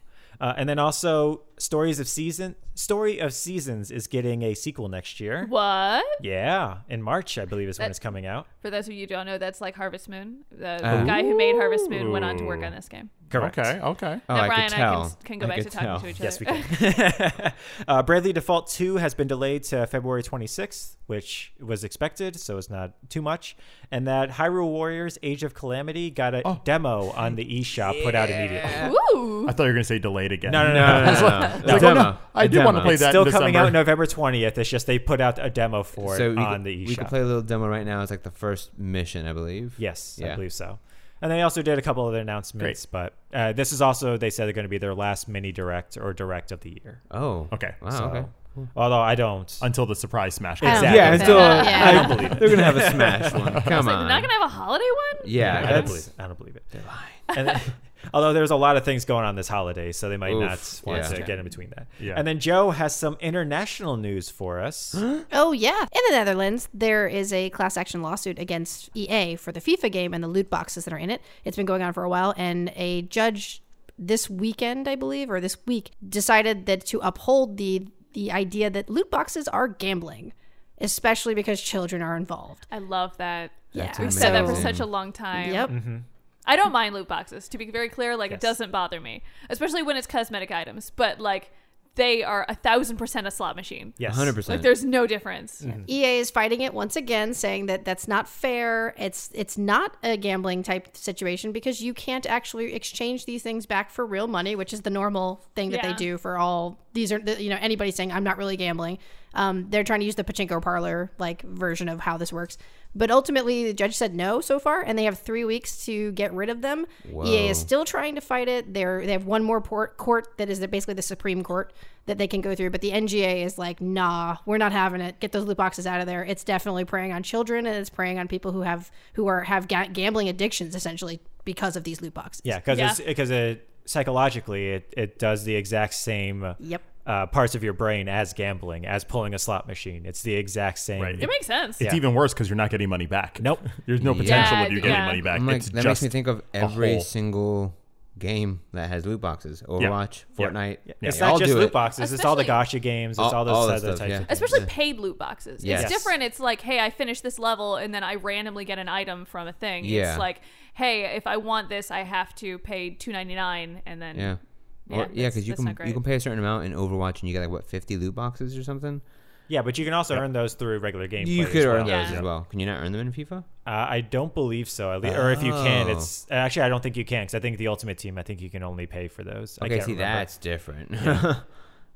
Speaker 2: uh, and then also Stories of Season, Story of Seasons is getting a sequel next year.
Speaker 4: What?
Speaker 2: Yeah, in March I believe is when
Speaker 4: That-
Speaker 2: it's coming out.
Speaker 4: For those of you who don't know, that's like Harvest Moon. The,
Speaker 5: Ah.
Speaker 4: the guy who made Harvest Moon went on to work
Speaker 3: Ooh.
Speaker 4: on this game.
Speaker 2: Correct.
Speaker 3: Okay, okay.
Speaker 5: Oh,
Speaker 4: now
Speaker 5: I
Speaker 4: Ryan
Speaker 5: could tell.
Speaker 4: and I can, can go
Speaker 5: I
Speaker 4: back
Speaker 5: could
Speaker 4: to talking
Speaker 5: tell.
Speaker 4: to each other.
Speaker 2: Yes, we can. uh, Bradley Default 2 has been delayed to February 26th, which was expected, so it's not too much. And that Hyrule Warriors Age of Calamity got a
Speaker 3: Oh.
Speaker 2: demo on the eShop put out immediately.
Speaker 4: Ooh.
Speaker 5: Oh,
Speaker 3: I thought you were going to say delayed again.
Speaker 2: No, no, no, no, no, no.
Speaker 5: no, no.
Speaker 3: like, oh, no, I do want to play that.
Speaker 2: Still
Speaker 3: in
Speaker 2: coming out
Speaker 3: December.
Speaker 2: November 20th. It's just they put out a demo for
Speaker 5: So
Speaker 2: it
Speaker 5: we
Speaker 2: on
Speaker 5: could,
Speaker 2: the eShop.
Speaker 5: we could play a little demo right now. It's like the first mission, I believe.
Speaker 2: Yes, I
Speaker 5: Yeah.
Speaker 2: believe so. And they also did a couple other announcements, but uh, this is also they said they're going to be their last mini direct or direct of the year.
Speaker 5: Oh.
Speaker 3: Okay,
Speaker 5: Wow.
Speaker 2: So,
Speaker 5: okay.
Speaker 2: altholl I don't.
Speaker 3: until the surprise smash.
Speaker 6: I
Speaker 3: comes.
Speaker 6: don't
Speaker 2: Exactly. Yeah,
Speaker 6: think
Speaker 2: until-
Speaker 6: that-
Speaker 4: I
Speaker 6: yeah.
Speaker 3: believe it.
Speaker 5: They're gonna have a smash one. Come
Speaker 4: Like,
Speaker 5: on.
Speaker 4: they're not gonna have a holiday one.
Speaker 5: yeah.
Speaker 2: I don't
Speaker 5: that's-
Speaker 2: believe it. I don't believe it. And then- although there's a lot of things going on this holiday, so they might
Speaker 5: Oof,
Speaker 2: not want
Speaker 5: yeah.
Speaker 2: to get in between that.
Speaker 3: Yeah.
Speaker 2: And then Joe has some international news for us.
Speaker 6: Oh yeah. In the Netherlands, there is a class action lawsuit against EA for the FIFA game and the loot boxes that are in it. It's been going on for a while, and a judge this weekend, I believe, or this week, decided that to uphold the the idea that loot boxes are gambling, especially because children are involved.
Speaker 4: I love that.
Speaker 5: That's
Speaker 6: yeah.
Speaker 4: We've said that for
Speaker 5: amazing.
Speaker 4: such a long time.
Speaker 6: Yep.
Speaker 4: I don't mind loot boxes. To be very clear, like
Speaker 2: Yes.
Speaker 4: it doesn't bother me, especially when it's cosmetic items. But like, they are a thousand percent a slot machine.
Speaker 2: Yes.
Speaker 5: 100%.
Speaker 4: Like, there's no difference.
Speaker 5: Mm-hmm.
Speaker 6: EA E is fighting it once again, saying that that's not fair. It's it's not a gambling type situation because you can't actually exchange these things back for real money, which is the normal thing that
Speaker 4: Yeah.
Speaker 6: they do for all these are the, you know anybody saying I'm not really gambling. Um, they're trying to use the pachinko parlor like version of how this works, but ultimately the judge said no so far, and they have three weeks to get rid of them. EA is
Speaker 5: Whoa.
Speaker 6: still trying to fight it. They're they have one more port, court that is basically the Supreme Court that they can go through, but the NGA is like, nah, we're not having it. Get those loot boxes out of there. It's definitely preying on children and it's preying on people who have who are have ga- gambling addictions essentially because of these loot boxes.
Speaker 2: Yeah, because
Speaker 4: Yeah.
Speaker 2: because it psychologically it, it does the exact same
Speaker 6: Yep.
Speaker 2: uh, parts of your brain as gambling, as pulling a slot machine. It's the exact same.
Speaker 3: Right.
Speaker 4: It makes sense.
Speaker 3: It's even worse because you're not getting money back.
Speaker 2: Nope.
Speaker 3: There's no potential
Speaker 4: Yeah,
Speaker 3: of you getting
Speaker 4: yeah.
Speaker 3: money back.
Speaker 5: I'm like,
Speaker 3: it's
Speaker 5: that
Speaker 3: just
Speaker 5: makes me think of every
Speaker 3: hole.
Speaker 5: single game that has loot boxes. Overwatch, Fortnite.
Speaker 2: It's
Speaker 5: they all
Speaker 2: not just
Speaker 5: do
Speaker 2: loot
Speaker 5: it.
Speaker 2: boxes. It's all the
Speaker 4: Especially-
Speaker 2: gotcha games. It's
Speaker 5: All-
Speaker 2: all those
Speaker 5: all that
Speaker 2: other
Speaker 5: stuff,
Speaker 2: types.
Speaker 5: yeah.
Speaker 2: Of things.
Speaker 4: Especially paid loot boxes.
Speaker 5: Yes.
Speaker 4: It's different. It's like, hey, I finished this level and then I randomly get an item from a thing.
Speaker 5: Yeah.
Speaker 4: It's like, hey, if I want this, I have to pay two ninety nine and then
Speaker 5: Yeah.
Speaker 4: Yeah,
Speaker 5: Or, yeah,
Speaker 4: that's-
Speaker 5: because you
Speaker 4: that's
Speaker 5: can
Speaker 4: not
Speaker 5: you
Speaker 4: great.
Speaker 5: can pay a certain amount in Overwatch and you get like what fifty loot boxes or something.
Speaker 2: yeah, but you can also earn those through regular game.
Speaker 5: You
Speaker 2: play
Speaker 5: could
Speaker 2: as well.
Speaker 5: earn
Speaker 4: well.
Speaker 5: those
Speaker 4: Yeah.
Speaker 5: as well. Can you not earn them in FIFA?
Speaker 2: Uh, I don't believe so. At least, or if you can,
Speaker 5: Oh.
Speaker 2: it's actually I don't think you can because I think the Ultimate Team. I think you can only pay for those. I
Speaker 5: Okay,
Speaker 2: can't
Speaker 5: see
Speaker 2: remember.
Speaker 5: that's different.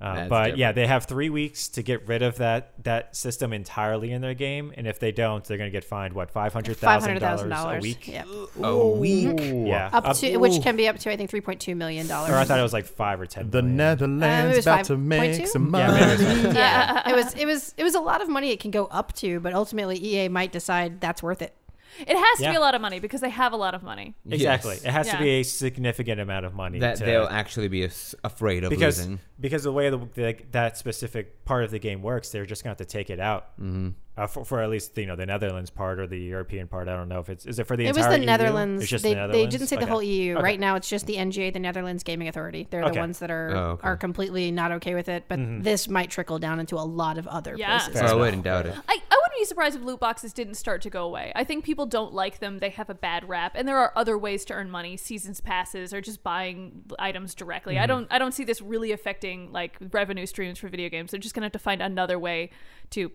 Speaker 2: Uh,
Speaker 5: That's
Speaker 2: but yeah,
Speaker 5: different.
Speaker 2: they have three weeks to get rid of that that system entirely in their game, and if they don't, they're going to get fined what five hundred
Speaker 6: Five
Speaker 2: thousand
Speaker 6: hundred thousand
Speaker 2: dollars a
Speaker 6: dollars.
Speaker 2: week.
Speaker 6: Yep.
Speaker 5: a week.
Speaker 2: Yeah,
Speaker 6: Up to which can be up to I think three point two million dollars.
Speaker 2: or I thought it was like five or ten.
Speaker 3: the
Speaker 2: million.
Speaker 3: Netherlands
Speaker 6: was
Speaker 3: about to
Speaker 6: 5.2?
Speaker 3: make some
Speaker 2: Oh, Yeah,
Speaker 3: money.
Speaker 2: maybe it's-
Speaker 6: yeah. it was it was it was a lot of money it can go up to, but ultimately EA might E decide that's worth it.
Speaker 4: It has to be
Speaker 2: Yeah.
Speaker 4: a lot of money because they have a lot of money.
Speaker 2: Exactly.
Speaker 5: Yes.
Speaker 2: It has
Speaker 4: Yeah.
Speaker 2: to be a significant amount of money
Speaker 5: that
Speaker 2: to-
Speaker 5: they'll actually be as- afraid of
Speaker 2: uh, because
Speaker 5: losing.
Speaker 2: because the way the, the, that specific part of the game works, they're just going to have to take it out uh, for, for at least you know the Netherlands part or the European part. I don't know if it's is it for the
Speaker 6: It was
Speaker 2: entire
Speaker 6: the
Speaker 2: EU?
Speaker 6: Netherlands.
Speaker 2: It's just
Speaker 6: they,
Speaker 2: the
Speaker 6: they
Speaker 2: Netherlands.
Speaker 6: didn't say the
Speaker 2: Okay.
Speaker 6: whole E EU.
Speaker 2: Okay.
Speaker 6: Right now, it's just the NGA, the Netherlands Gaming Authority. They're
Speaker 2: Okay. Mm-hmm.
Speaker 6: the ones that are
Speaker 5: Oh, okay.
Speaker 6: are completely not okay with it. But this might trickle down into a lot of other
Speaker 4: Yeah.
Speaker 6: places.
Speaker 5: So I wouldn't doubt it.
Speaker 4: I, I wouldn't be surprised if loot boxes didn't start to go away. I think people don't like them. They have a bad rap, and there are other ways to earn money: seasons passes or just buying items directly.
Speaker 3: Mm-hmm.
Speaker 4: I don't I don't see this really affecting like revenue streams for video games. They're just gonna have to find another way to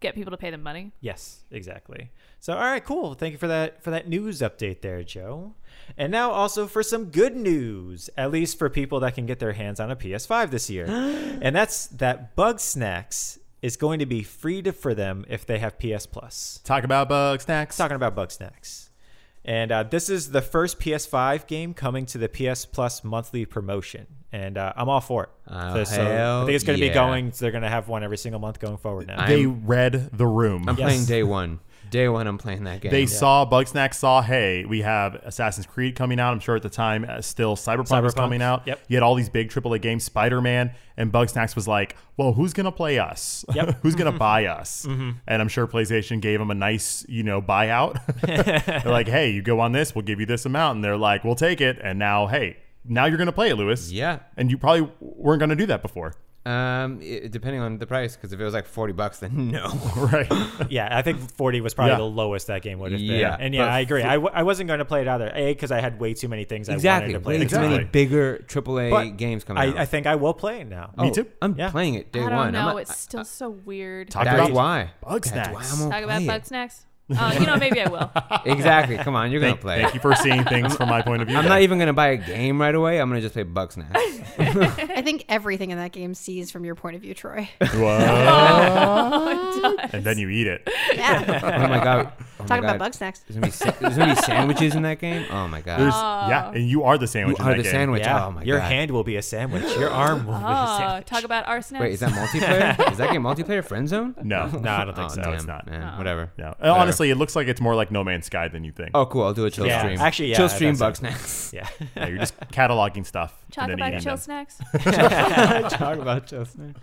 Speaker 4: get people to pay them money.
Speaker 2: Yes, exactly. So all right, cool. Thank you for that for that news update there, Joe. And now also for some good news, at least for people that can get their hands on a PS5 this year. and that's that Bug Snacks is going to be free to, for them if they have PS Plus.
Speaker 3: Talk about bug snacks.
Speaker 2: talking about Bug Snacks. And uh, this is the first PS5 game coming to the PS Plus monthly promotion, and uh, I'm all for it.
Speaker 5: Oh,
Speaker 2: So- so I
Speaker 5: hell
Speaker 2: think it's going to
Speaker 5: yeah.
Speaker 2: be going. They're going to have one every single month going forward now.
Speaker 3: They read the room.
Speaker 5: I'm
Speaker 2: Yes.
Speaker 5: playing day one. Day one, I'm playing that game.
Speaker 3: They saw Bugsnax saw, hey, we have Assassin's Creed coming out. I'm sure at the time uh, still Cyberpunk, was
Speaker 2: Cyberpunk,
Speaker 3: coming out.
Speaker 2: yep.
Speaker 3: You had all these big AAA games, Spider Man, and Bugsnax was like, well, who's gonna play us?
Speaker 2: Yep. Mm-hmm.
Speaker 3: who's gonna buy us? And I'm sure PlayStation gave them a nice, you know, buyout. they're like, hey, you go on this, we'll give you this amount, and they're like, we'll take it. And now, hey, now you're gonna play it, Lewis.
Speaker 5: Yeah.
Speaker 3: And you probably weren't gonna do that before,
Speaker 5: Um, i depending on the price, because if it was like forty bucks, then no.
Speaker 3: right?
Speaker 5: Oh.
Speaker 2: yeah, I think 40 was probably
Speaker 3: Yeah.
Speaker 2: the lowest that game would have been.
Speaker 5: Yeah.
Speaker 2: and yeah,
Speaker 5: But
Speaker 2: I agree. I w- I wasn't going to play it either. A because I had way too many things
Speaker 5: exactly.
Speaker 2: I wanted to play.
Speaker 5: Way
Speaker 2: at the
Speaker 5: too many
Speaker 2: time.
Speaker 5: bigger AAA
Speaker 2: But
Speaker 5: games coming out.
Speaker 2: I, I think I will play it now.
Speaker 5: Oh,
Speaker 3: too.
Speaker 5: I'm
Speaker 2: Yeah.
Speaker 5: playing it day
Speaker 4: I don't
Speaker 5: one. I'm
Speaker 4: know.
Speaker 5: not-
Speaker 4: it's still so weird.
Speaker 3: Talk
Speaker 5: that's
Speaker 3: about
Speaker 5: why.
Speaker 3: Bug
Speaker 5: That's why
Speaker 3: snacks.
Speaker 5: I'm gonna
Speaker 4: Talk about
Speaker 5: play
Speaker 4: bug
Speaker 5: it.
Speaker 4: snacks. Uh, you know, maybe I will.
Speaker 5: Exactly. Come on, you're gonna
Speaker 3: Thank,
Speaker 5: play.
Speaker 3: thank
Speaker 5: it.
Speaker 3: you for seeing things from my point of view.
Speaker 5: I'm
Speaker 3: there.
Speaker 5: not even gonna buy a game right away. I'm gonna just play Oh Buck Snacks.
Speaker 6: I think everything in that game sees from your point of view, Troy.
Speaker 4: Oh,
Speaker 3: Whoa. and then you eat it.
Speaker 6: yeah.
Speaker 5: Oh my god. Oh my
Speaker 6: Talking
Speaker 5: god.
Speaker 6: about bug snacks.
Speaker 5: There's gonna, be sa- there's gonna be sandwiches in that game. Oh my god.
Speaker 3: There's, yeah, and you are the
Speaker 5: you
Speaker 3: sandwich. in
Speaker 5: are
Speaker 3: that
Speaker 5: the
Speaker 3: game.
Speaker 5: sandwich.
Speaker 2: Yeah,
Speaker 5: Oh my
Speaker 2: your
Speaker 5: god.
Speaker 2: hand will be a sandwich. Your arm will be a
Speaker 4: Oh,
Speaker 2: sandwich.
Speaker 4: talk about our snacks.
Speaker 5: Wait, is that multiplayer? is that game multiplayer? Friend zone?
Speaker 3: No,
Speaker 2: No, I don't think
Speaker 5: oh,
Speaker 2: so.
Speaker 5: Damn,
Speaker 3: it's not.
Speaker 5: Man, Whatever.
Speaker 3: no.
Speaker 5: Whatever.
Speaker 3: Honestly, it looks like it's more like No Man's Sky than you think.
Speaker 5: Oh, cool. I'll do a chill
Speaker 2: Yeah,
Speaker 5: stream.
Speaker 2: actually, yeah,
Speaker 5: Chill stream
Speaker 2: that's
Speaker 5: Buck
Speaker 2: it.
Speaker 5: Snacks.
Speaker 2: Yeah.
Speaker 3: Yeah, you're just cataloging stuff.
Speaker 4: Talk
Speaker 3: and then
Speaker 4: about
Speaker 3: eating
Speaker 4: chill
Speaker 3: them.
Speaker 4: snacks.
Speaker 5: Talk about chill snacks.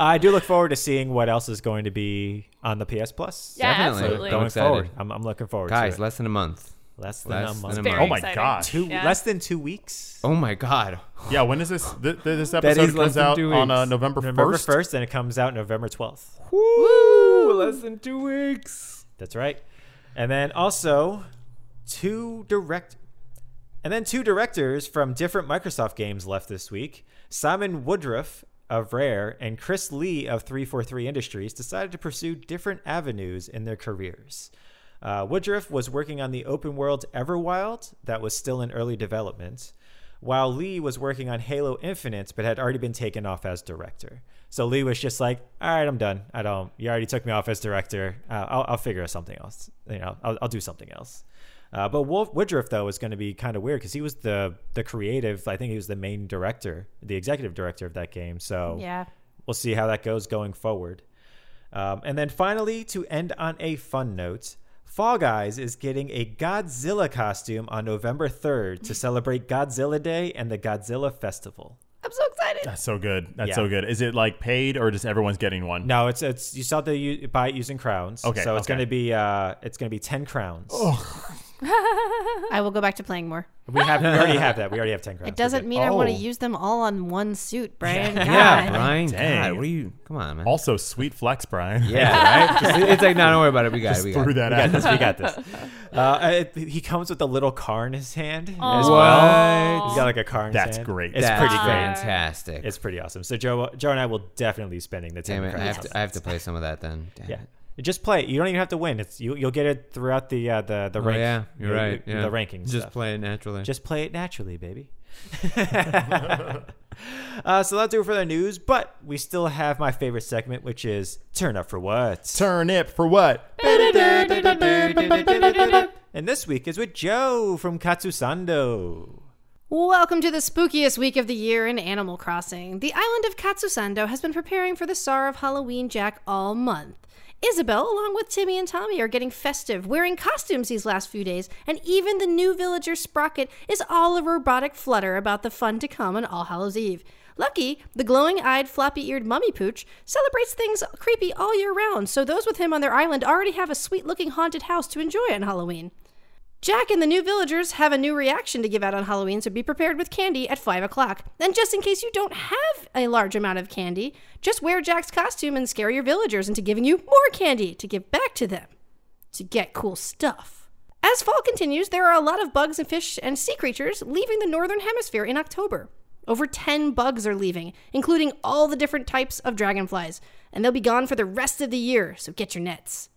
Speaker 2: I do look forward to seeing what else is going to be on the PS Plus.
Speaker 4: Yeah,
Speaker 5: Definitely.
Speaker 4: absolutely.
Speaker 5: Don't-
Speaker 2: going
Speaker 5: I'm excited.
Speaker 2: forward. I'm, I'm looking forward
Speaker 5: Guys,
Speaker 2: to it.
Speaker 5: less than a month.
Speaker 2: Less than
Speaker 5: Less
Speaker 2: a
Speaker 5: than
Speaker 2: month.
Speaker 5: a
Speaker 4: Very
Speaker 5: month.
Speaker 3: Oh my
Speaker 4: exciting.
Speaker 3: gosh.
Speaker 2: Two
Speaker 4: Yeah.
Speaker 2: less than two weeks.
Speaker 5: Oh my god.
Speaker 3: Yeah, when is this? Th- th- this
Speaker 5: is
Speaker 3: episode
Speaker 5: less
Speaker 3: comes
Speaker 5: than
Speaker 3: out
Speaker 5: two
Speaker 3: on uh,
Speaker 5: weeks.
Speaker 3: November
Speaker 2: November
Speaker 3: first.
Speaker 2: first, and it comes out November twelfth.
Speaker 5: Woo! Less than two weeks.
Speaker 2: That's right. And then also two direct and then two directors from different Microsoft games left this week. Simon Woodruff of Rare and Chris Lee of 343 Industries decided to pursue different avenues in their careers. Uh, Woodruff was working on the open world Everwild that was still in early development, while Lee was working on Halo Infinite but had already been taken off as director. So Lee was just like, "All right, I'm done. I don't. You already took me off as director. Uh, I'll, I'll figure out something else. You know, I'll, I'll do something else." Uh, but Wolf Woodruff though is going to be kind of weird because he was the the creative. I think he was the main director, the executive director of that game. So
Speaker 6: Yeah.
Speaker 2: we'll see how that goes going forward. Um, and then finally, to end on a fun note, Fall Guys is getting a Godzilla costume on November 3rd to celebrate Godzilla Day and the Godzilla Festival.
Speaker 6: I'm so excited.
Speaker 3: That's so good. That's
Speaker 2: Yeah.
Speaker 3: so good. Is it like paid or just everyone's getting one?
Speaker 2: No, it's it's you saw the you buy it using crowns.
Speaker 3: Okay,
Speaker 2: so it's
Speaker 3: okay. Oh,
Speaker 2: gonna be uh it's gonna be ten crowns.
Speaker 6: I will go back to playing more.
Speaker 2: We have we already have that. We already have ten crowns.
Speaker 6: It doesn't mean I
Speaker 3: Oh.
Speaker 6: want to use them all on one suit, Brian. God.
Speaker 5: Yeah, Brian.
Speaker 3: Dang.
Speaker 5: God, what are you? Come on, man.
Speaker 3: Also, sweet flex, Brian.
Speaker 5: yeah, right. Just- it's like, no, don't worry about it. We got it. We got
Speaker 3: Threw
Speaker 5: it.
Speaker 2: We got
Speaker 3: that out.
Speaker 2: this. We got this. Uh, it, he comes with a little car in his hand as
Speaker 5: What?
Speaker 2: well. He's got like a car in his
Speaker 3: That's
Speaker 2: hand.
Speaker 3: great.
Speaker 2: It's
Speaker 5: That's
Speaker 2: pretty great.
Speaker 5: fantastic.
Speaker 2: It's pretty awesome. So Joe, Joe and I will definitely be spending the ten
Speaker 5: Damn it! I
Speaker 2: crowns
Speaker 5: have,
Speaker 2: on
Speaker 5: to, I have to play some of that then. Damn
Speaker 2: Yeah.
Speaker 5: it.
Speaker 2: Just play. it. You don't even have to win. It's you. You'll get it throughout the uh, the the
Speaker 5: Oh,
Speaker 2: rank-
Speaker 5: yeah, you're
Speaker 2: the-
Speaker 5: right.
Speaker 2: The,
Speaker 5: yeah.
Speaker 2: rankings.
Speaker 5: Just
Speaker 2: stuff.
Speaker 5: play it naturally.
Speaker 2: Just play it naturally, baby. uh, so that'll do it for the news. But we still have my favorite segment, which is turn up for what.
Speaker 3: Turnip for what?
Speaker 2: and this week is with Joe from Katsusando.
Speaker 6: Welcome to the spookiest week of the year in Animal Crossing. The island of Katsusando has been preparing for the Tsar of Halloween Jack all month. Isabel, along with Timmy and Tommy, are getting festive, wearing costumes these last few days, and even the new villager Sprocket is all a robotic flutter about the fun to come on All Hallows Eve. Lucky, the glowing eyed, floppy eared mummy pooch, celebrates things creepy all year round, so those with him on their island already have a sweet looking haunted house to enjoy on Halloween. Jack and the new villagers have a new reaction to give out on Halloween, so be prepared with candy at 5 o'clock. And just in case you don't have a large amount of candy, just wear Jack's costume and scare your villagers into giving you more candy to give back to them to get cool stuff. As fall continues, there are a lot of bugs and fish and sea creatures leaving the northern hemisphere in October. Over 10 bugs are leaving, including all the different types of dragonflies, and they'll be gone for the rest of the year, so get your nets.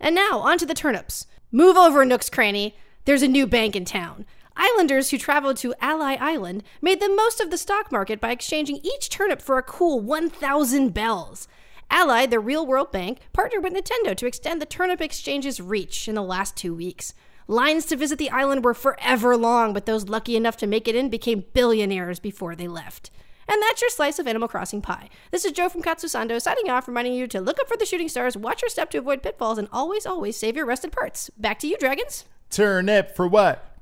Speaker 6: And now, onto the turnips. Move over, Nook's Cranny. There's a new bank in town. Islanders who traveled to Ally Island made the most of the stock market by exchanging each turnip for a cool 1,000 bells. Ally, the real world bank, partnered with Nintendo to extend the turnip exchange's reach in the last two weeks. Lines to visit the island were forever long, but those lucky enough to make it in became billionaires before they left. And that's your slice of Animal Crossing pie. This is Joe from Katsusando signing off, reminding you to look up for the shooting stars, watch your step to avoid pitfalls, and always, always save your rusted parts. Back to you, dragons.
Speaker 3: Turnip for what?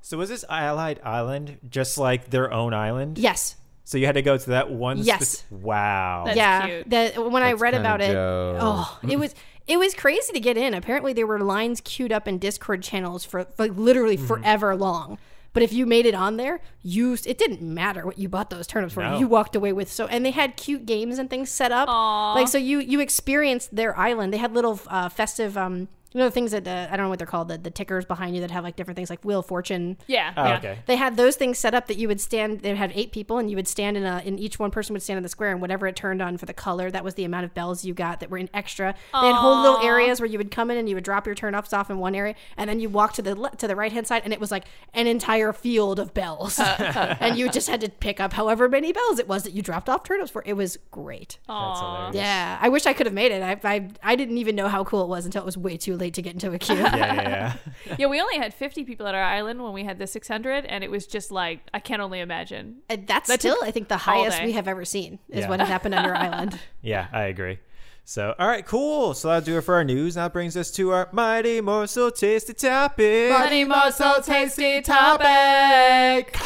Speaker 2: So was this Allied Island just like their own island?
Speaker 6: Yes.
Speaker 2: So you had to go to that one.
Speaker 6: Yes.
Speaker 2: speci- wow.
Speaker 4: That's
Speaker 6: yeah.
Speaker 4: cute.
Speaker 6: That when I read
Speaker 5: kinda
Speaker 6: about it,
Speaker 5: dope.
Speaker 6: oh, it was it was crazy to get in. Apparently, there were lines queued up in Discord channels for like literally forever long. But if you made it on there, you s- it didn't matter what you bought those turnips for.
Speaker 2: No.
Speaker 6: You walked away with so, and they had cute games and things set up. Like so, you you experienced their island. They had little uh, festive. um you know the things that uh, I don't know what they're called, the, the tickers behind you that have like different things like Wheel of Fortune.
Speaker 4: Yeah.
Speaker 2: Oh,
Speaker 4: yeah.
Speaker 2: okay.
Speaker 6: They had those things set up that you would stand. They had eight people, and you would stand in a. And each one person would stand in the square, and whatever it turned on for the color, that was the amount of bells you got that were in extra. They had whole little areas where you would come in and you would drop your turn ups off in one area, and then you walk to the le- to the right hand side, and it was like an entire field of bells, and you just had to pick up however many bells it was that you dropped off turnips for. It was great.
Speaker 2: That's hilarious.
Speaker 6: Yeah, I wish I could have made it. I, I I didn't even know how cool it was until it was way too late to get into a queue.
Speaker 2: Yeah, yeah, yeah.
Speaker 4: Yeah, we only had 50 people at our island when we had the 600, and it was just like, I can only imagine.
Speaker 6: And that's
Speaker 4: That took
Speaker 6: still, I think, the
Speaker 4: all
Speaker 6: highest
Speaker 4: day.
Speaker 6: we have ever seen is
Speaker 2: Yeah.
Speaker 6: what had happened on your island.
Speaker 2: Yeah, I agree. So, all right, cool. So that'll do it for our news. Now that brings us to our mighty morsel tasty topic.
Speaker 4: more so tasty topic.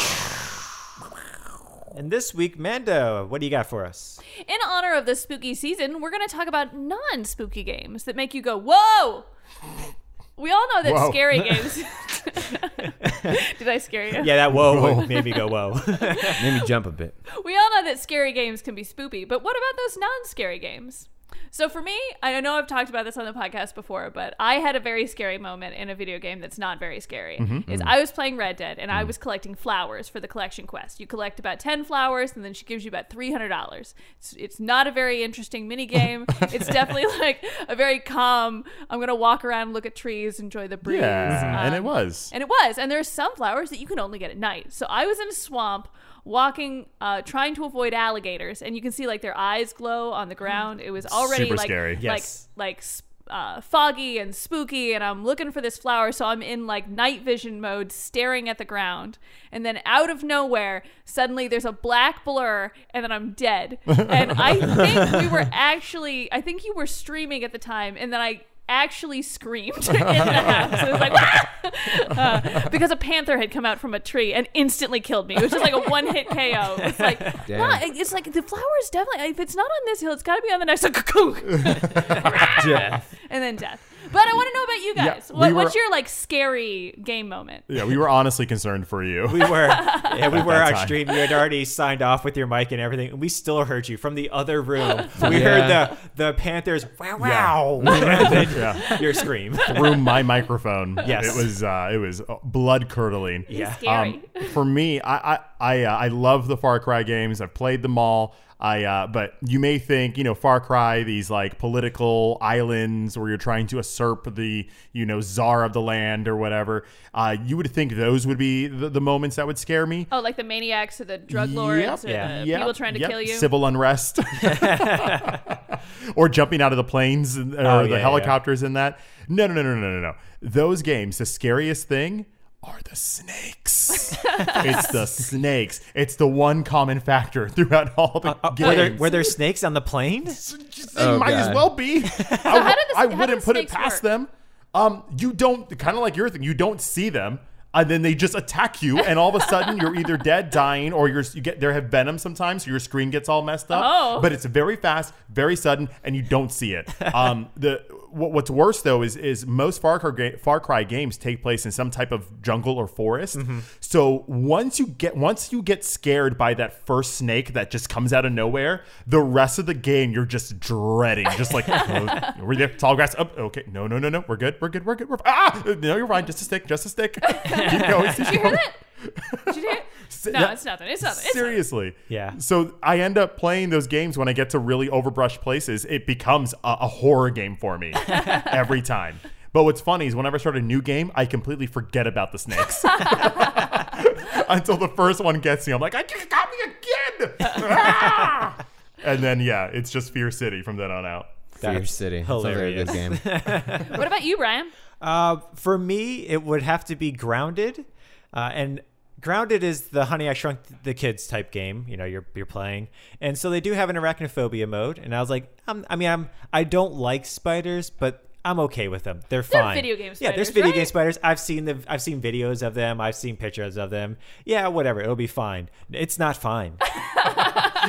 Speaker 2: And this week, Mando, what do you got for us?
Speaker 4: In honor of the spooky season, we're going to talk about non spooky games that make you go, whoa! We all know that
Speaker 3: Whoa.
Speaker 4: scary games. Did I scare you?
Speaker 2: Yeah, that whoa, whoa. made me go whoa.
Speaker 5: Made me jump a bit.
Speaker 4: We all know that scary games can be spoopy, but what about those non scary games? So for me, I know I've talked about this on the podcast before, but I had a very scary moment in a video game that's not very scary.
Speaker 3: Mm-hmm,
Speaker 4: Is I was playing Red Dead
Speaker 3: Mm.
Speaker 4: and I was collecting flowers for the collection quest. You collect about 10 flowers and then she gives you about $300. It's, it's not a very interesting mini game. it's definitely like a very calm, I'm going to walk around, look at trees, enjoy the breeze.
Speaker 3: Yeah, and it
Speaker 4: um,
Speaker 3: was.
Speaker 4: and it was. And there are some flowers that you can only get at night. So I was in a swamp walking, uh, trying to avoid alligators, and you can see like their eyes glow on the ground. It was already
Speaker 3: Super
Speaker 4: like,
Speaker 3: scary.
Speaker 4: like,
Speaker 2: Yes.
Speaker 4: like, uh, foggy and spooky, and I'm looking for this flower, so I'm in like night vision mode, staring at the ground. And then out of nowhere, suddenly there's a black blur, and then I'm dead. And I think we were actually, I think you were streaming at the time, and then I actually screamed in the house. It was like, "Ah!" Uh, because a panther had come out from a tree and instantly killed me. It was just like a one hit KO. It's like,
Speaker 5: Damn.
Speaker 4: nah, it- it's like the flower is definitely, if it's not on this hill, it's got to be on the next. and
Speaker 2: Death.
Speaker 4: then death. But I want to know about you
Speaker 3: Yeah,
Speaker 4: guys.
Speaker 3: we
Speaker 4: what,
Speaker 3: were-
Speaker 4: what's your like scary game moment?
Speaker 3: Yeah, we were honestly concerned for you.
Speaker 2: We were, yeah, we were
Speaker 3: that
Speaker 2: on
Speaker 3: time.
Speaker 2: stream. You had already signed off with your mic and everything, and we still heard you from the other room. We
Speaker 5: Yeah.
Speaker 2: heard the the Panthers wow wow and then
Speaker 3: yeah.
Speaker 2: your scream.
Speaker 3: Through my microphone.
Speaker 2: Yes.
Speaker 3: It was uh, it was blood curdling. Um,
Speaker 2: Yeah.
Speaker 4: Scary.
Speaker 3: for me, I I I, uh, I love the Far Cry games. I've played them all. I uh, but you may think you know Far Cry these like political islands where you're trying to usurp the you know czar of the land or whatever. Uh, you would think those would be the, the moments that would scare me.
Speaker 4: Oh, like the maniacs or the drug lords or
Speaker 2: Yeah.
Speaker 4: the
Speaker 3: Yep,
Speaker 4: people trying to
Speaker 3: yep.
Speaker 4: kill you.
Speaker 3: Civil unrest. or jumping out of the planes and- or
Speaker 2: Oh, yeah,
Speaker 3: the
Speaker 2: yeah.
Speaker 3: helicopters in that. No, no, no, no, no, no, no. Those games, the scariest thing are the snakes. it's the snakes. It's the one common factor throughout all the
Speaker 2: Uh, were, there,
Speaker 3: games.
Speaker 2: were there snakes on the plane?
Speaker 3: It
Speaker 5: Oh,
Speaker 3: might as
Speaker 5: God.
Speaker 3: well be. I,
Speaker 4: how do the-
Speaker 3: I
Speaker 4: how do
Speaker 3: wouldn't
Speaker 4: the
Speaker 3: put it
Speaker 4: snakes
Speaker 3: past
Speaker 4: work?
Speaker 3: them. Um, you don't kind of like your thing. You don't see them, and then they just attack you, and all of a sudden you're either dead, dying, or you're you get there have venom sometimes, so your screen gets all messed up.
Speaker 4: Oh.
Speaker 3: But it's very fast, very sudden, and you don't see it. Um, the what, what's worse though is is most Far Cry, ga- Far Cry games take place in some type of jungle or forest.
Speaker 4: Mm-hmm.
Speaker 3: So once you get once you get scared by that first snake that just comes out of nowhere, the rest of the game you're just dreading, just like oh, we're there, tall grass. Oh, okay, no, no, no, no, we're good, we're good, we're good. We're ah, no, you're fine. Just a stick, just a stick. Keep going. Did
Speaker 4: you hear that? Did you hear? it? No, it's nothing. It's nothing. It's nothing.
Speaker 3: Seriously.
Speaker 2: Yeah.
Speaker 3: So I end up playing those games when I get to really overbrushed places. It becomes a, a horror game for me every time. But what's funny is whenever I start a new game, I completely forget about the snakes. Until the first one gets me. I'm like, I you got me again. Ah! and then, yeah, it's just Fear City from then on out.
Speaker 5: Fear City. Sounds like a good
Speaker 2: hilarious.
Speaker 5: game.
Speaker 4: What about you, Brian?
Speaker 2: Uh, for me, it would have to be Grounded, uh, and Grounded is the Honey I Shrunk the Kids type game. You know, you're you're playing, and so they do have an arachnophobia mode. And I was like, I'm, I mean, I'm I don't like spiders, but I'm okay with them. They're
Speaker 4: They're
Speaker 2: fine.
Speaker 4: video game
Speaker 2: Yeah, there's
Speaker 4: spiders,
Speaker 2: video game
Speaker 4: right?
Speaker 2: spiders. I've seen the I've seen videos of them. I've seen pictures of them. Yeah, whatever. It'll be fine. It's not fine.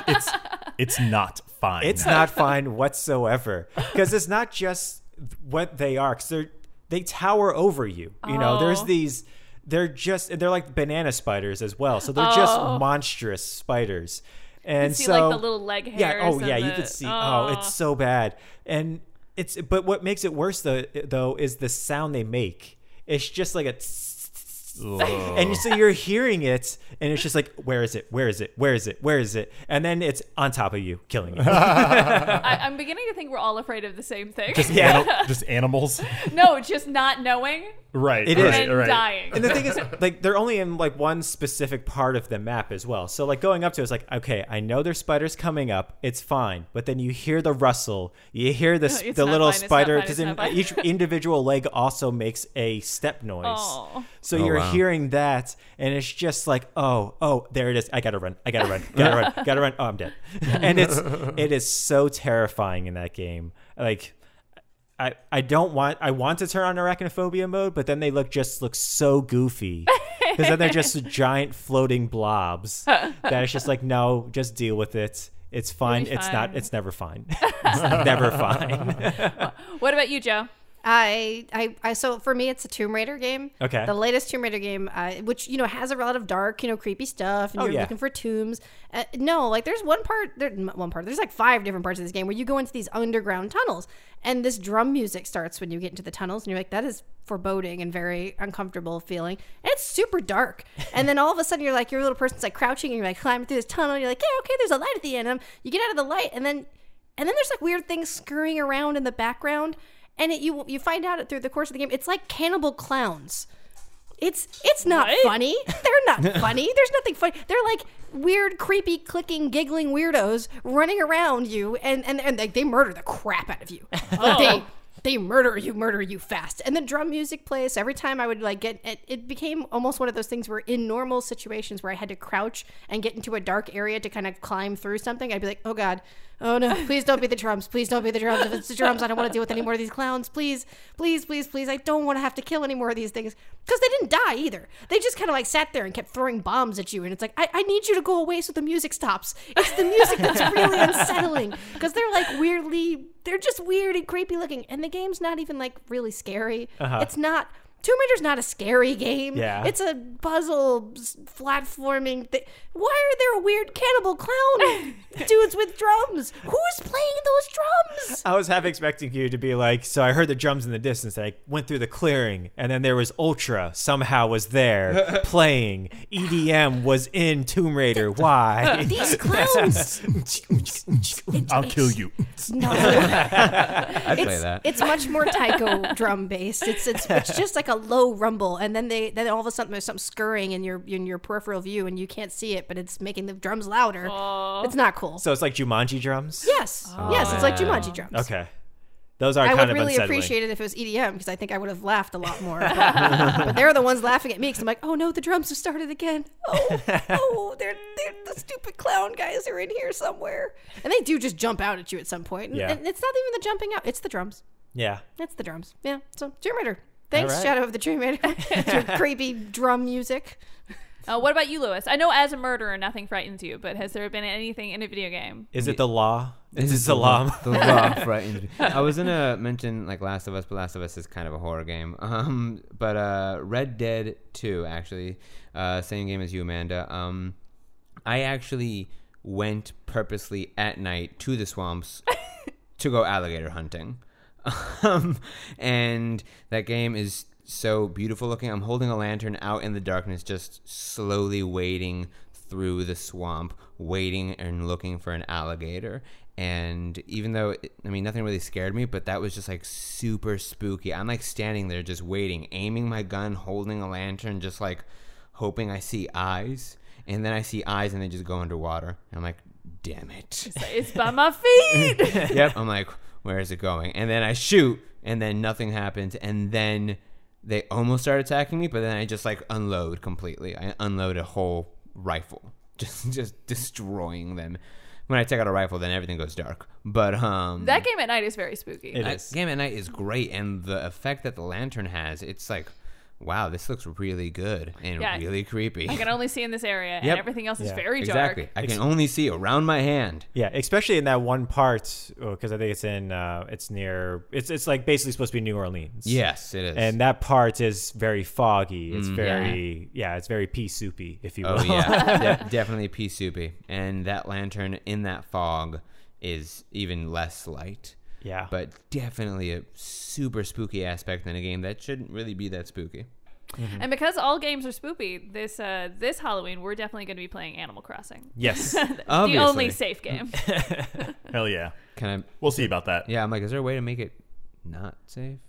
Speaker 3: It's it's not fine.
Speaker 2: It's not fine whatsoever because it's not just what they are because they're they tower over you. You know, there's
Speaker 4: Oh.
Speaker 2: these. They're just they're like banana spiders as well, so they're just
Speaker 4: Oh.
Speaker 2: monstrous spiders. And
Speaker 4: See,
Speaker 2: so
Speaker 4: like the little leg
Speaker 2: yeah,
Speaker 4: hairs.
Speaker 2: oh yeah,
Speaker 4: and
Speaker 2: you
Speaker 4: the-
Speaker 2: could see. Oh. it's so bad. And it's but what makes it worse though though is the sound they make. It's just like a. tss, tss, tss, And so you're hearing it, and it's just like, where is it? Where is it? Where is it? Where is it? And then it's on top of you, killing you.
Speaker 4: I, I'm beginning to think we're all afraid of the same thing.
Speaker 3: just,
Speaker 2: Yeah.
Speaker 3: ani- just animals.
Speaker 4: no, just not knowing
Speaker 3: Right.
Speaker 2: It
Speaker 3: right,
Speaker 2: is.
Speaker 4: and
Speaker 3: right.
Speaker 4: dying.
Speaker 2: and the thing is, like, they're only in like one specific part of the map as well. So like going up to it, it's like, okay, I know there's spiders coming up. It's fine. But then you hear the rustle, you hear the s-
Speaker 4: it's
Speaker 2: the
Speaker 4: not
Speaker 2: little
Speaker 4: fine, it's not
Speaker 2: spider
Speaker 4: fine,
Speaker 2: because
Speaker 4: it's not fine.
Speaker 2: each individual leg also makes a step noise.
Speaker 4: Oh.
Speaker 2: So
Speaker 5: Oh,
Speaker 2: you're
Speaker 5: wow.
Speaker 2: hearing that, and it's just like, oh, oh, there it is. I gotta run. I gotta run. Gotta run. Gotta run. Oh, I'm dead. And it's it is so terrifying in that game. Like. I, I don't want I want to turn on arachnophobia mode, but then they look just look so goofy because then they're just giant floating blobs that it's just like no, just deal with it. It's fine.
Speaker 4: be
Speaker 2: It's
Speaker 4: fine.
Speaker 2: not. It's never fine. It's never fine.
Speaker 4: What about you, Joe?
Speaker 6: I, I, I, so for me, it's a Tomb Raider game.
Speaker 2: Okay.
Speaker 6: The latest Tomb Raider game, uh, which you know has a lot of dark, you know, creepy stuff, and
Speaker 2: Oh,
Speaker 6: you're
Speaker 2: yeah.
Speaker 6: looking for tombs. Uh, no, like there's one part, there, m- one part. There's like five different parts of this game where you go into these underground tunnels, and this drum music starts when you get into the tunnels, and you're like, that is foreboding and very uncomfortable feeling. And it's super dark. And then all of a sudden, you're like, your little person's like crouching, and you're like climbing through this tunnel. And you're like, yeah, okay, there's a light at the end. And you get out of the light, and then and then there's like weird things scurrying around in the background, and it, you you find out through the course of the game it's like cannibal clowns. It's it's not
Speaker 4: What?
Speaker 6: funny. They're not funny. There's nothing funny. They're like weird, creepy, clicking, giggling weirdos running around you, and and and they, they murder the crap out of you. Like, They they murder you, murder you fast. And the drum music plays. So every time I would like get it, it became almost one of those things where in normal situations where I had to crouch and get into a dark area to kind of climb through something, I'd be like, oh god, oh no, please don't be the drums, please don't be the drums. If it's the drums, I don't want to deal with any more of these clowns. Please, please, please, please, I don't want to have to kill any more of these things because they didn't die either. They just kind of like sat there and kept throwing bombs at you, and it's like, I, I need you to go away so the music stops. It's the music that's really unsettling because they're like weirdly, they're just weird and creepy looking, and the game's not even like really scary.
Speaker 5: Uh-huh.
Speaker 6: It's not. Tomb Raider's not a scary game.
Speaker 2: Yeah.
Speaker 6: It's a puzzle s- platforming thing. Why are there weird cannibal clown dudes with drums? Who's playing those drums?
Speaker 2: I was half expecting you to be like, so I heard the drums in the distance. And I went through the clearing, and then there was Ultra somehow was there playing. EDM was in Tomb Raider. Why?
Speaker 6: These clowns.
Speaker 3: I'll kill you.
Speaker 6: No.
Speaker 5: I'd play
Speaker 6: it's,
Speaker 5: that.
Speaker 6: It's much more taiko drum based. It's, it's it's just like a low rumble, and then they then all of a sudden there's something scurrying in your in your peripheral view, and you can't see it, but it's making the drums louder. It's not cool.
Speaker 2: so it's like Jumanji drums.
Speaker 6: yes, yes, it's like Jumanji drums.
Speaker 2: Oh, Okay. Those are
Speaker 6: I
Speaker 2: kind
Speaker 6: would
Speaker 2: of
Speaker 6: really
Speaker 2: unsettling.
Speaker 6: appreciate it if it was EDM because I think I would have laughed a lot more. But, but they're the ones laughing at me because I'm like, oh no, the drums have started again. Oh, oh, they're, they're the stupid clown guys are in here somewhere. And they do just jump out at you at some point. And,
Speaker 2: Yeah.
Speaker 6: and it's not even the jumping out, it's the drums.
Speaker 2: Yeah.
Speaker 6: It's the drums. Yeah. So, Dream Raider. Thanks,
Speaker 2: right.
Speaker 6: Shadow of the Dream Raider. It's your creepy drum music.
Speaker 4: Uh, what about you, Lewis? I know as a murderer, nothing frightens you, but has there been anything in a video game?
Speaker 2: Is it the law? Is
Speaker 5: This
Speaker 2: it
Speaker 5: the law-
Speaker 2: Salam?
Speaker 5: The law frightened. me. I was gonna mention like Last of Us, but Last of Us is kind of a horror game. Um, but uh, Red Dead Two actually, uh, same game as you, Amanda. Um, I actually went purposely at night to the swamps to go alligator hunting. Um, and that game is so beautiful looking. I'm holding a lantern out in the darkness, just slowly wading through the swamp, waiting and looking for an alligator. And even though, it, I mean, nothing really scared me, but that was just like super spooky. I'm like standing there just waiting, aiming my gun, holding a lantern, just like hoping I see eyes. And then I see eyes and they just go underwater. And I'm like, damn it.
Speaker 4: It's by my feet.
Speaker 5: Yep. I'm like, where is it going? And then I shoot, and then nothing happens, and then they almost start attacking me, but then I just like unload completely. I unload a whole rifle, just just destroying them. When I take out a rifle, then everything goes dark. But um,
Speaker 4: that game at night is very spooky.
Speaker 2: It
Speaker 5: that
Speaker 2: is.
Speaker 5: game at night is great, and the effect that the lantern has, it's like, wow, this looks really good and
Speaker 4: Yeah.
Speaker 5: really creepy.
Speaker 4: I can only see in this area,
Speaker 5: Yep.
Speaker 4: and everything else is
Speaker 2: Yeah,
Speaker 4: very dark.
Speaker 5: exactly. I can only see around my hand.
Speaker 2: Yeah, especially in that one part because I think it's in uh, it's near it's it's like basically supposed to be New Orleans.
Speaker 5: Yes, it is.
Speaker 2: And that part is very foggy. It's very yeah. it's very pea soupy, if you will.
Speaker 5: Oh yeah, De- definitely pea soupy. And that lantern in that fog is even less light,
Speaker 2: yeah.
Speaker 5: but definitely a super spooky aspect in a game that shouldn't really be that spooky.
Speaker 4: And because all games are spooky, this uh, this Halloween we're definitely going to be playing Animal Crossing.
Speaker 2: yes,
Speaker 5: Obviously.
Speaker 4: The only safe game.
Speaker 3: Hell yeah.
Speaker 5: Can I?
Speaker 3: We'll see about that.
Speaker 5: Yeah, I'm like, is there a way to make it not safe?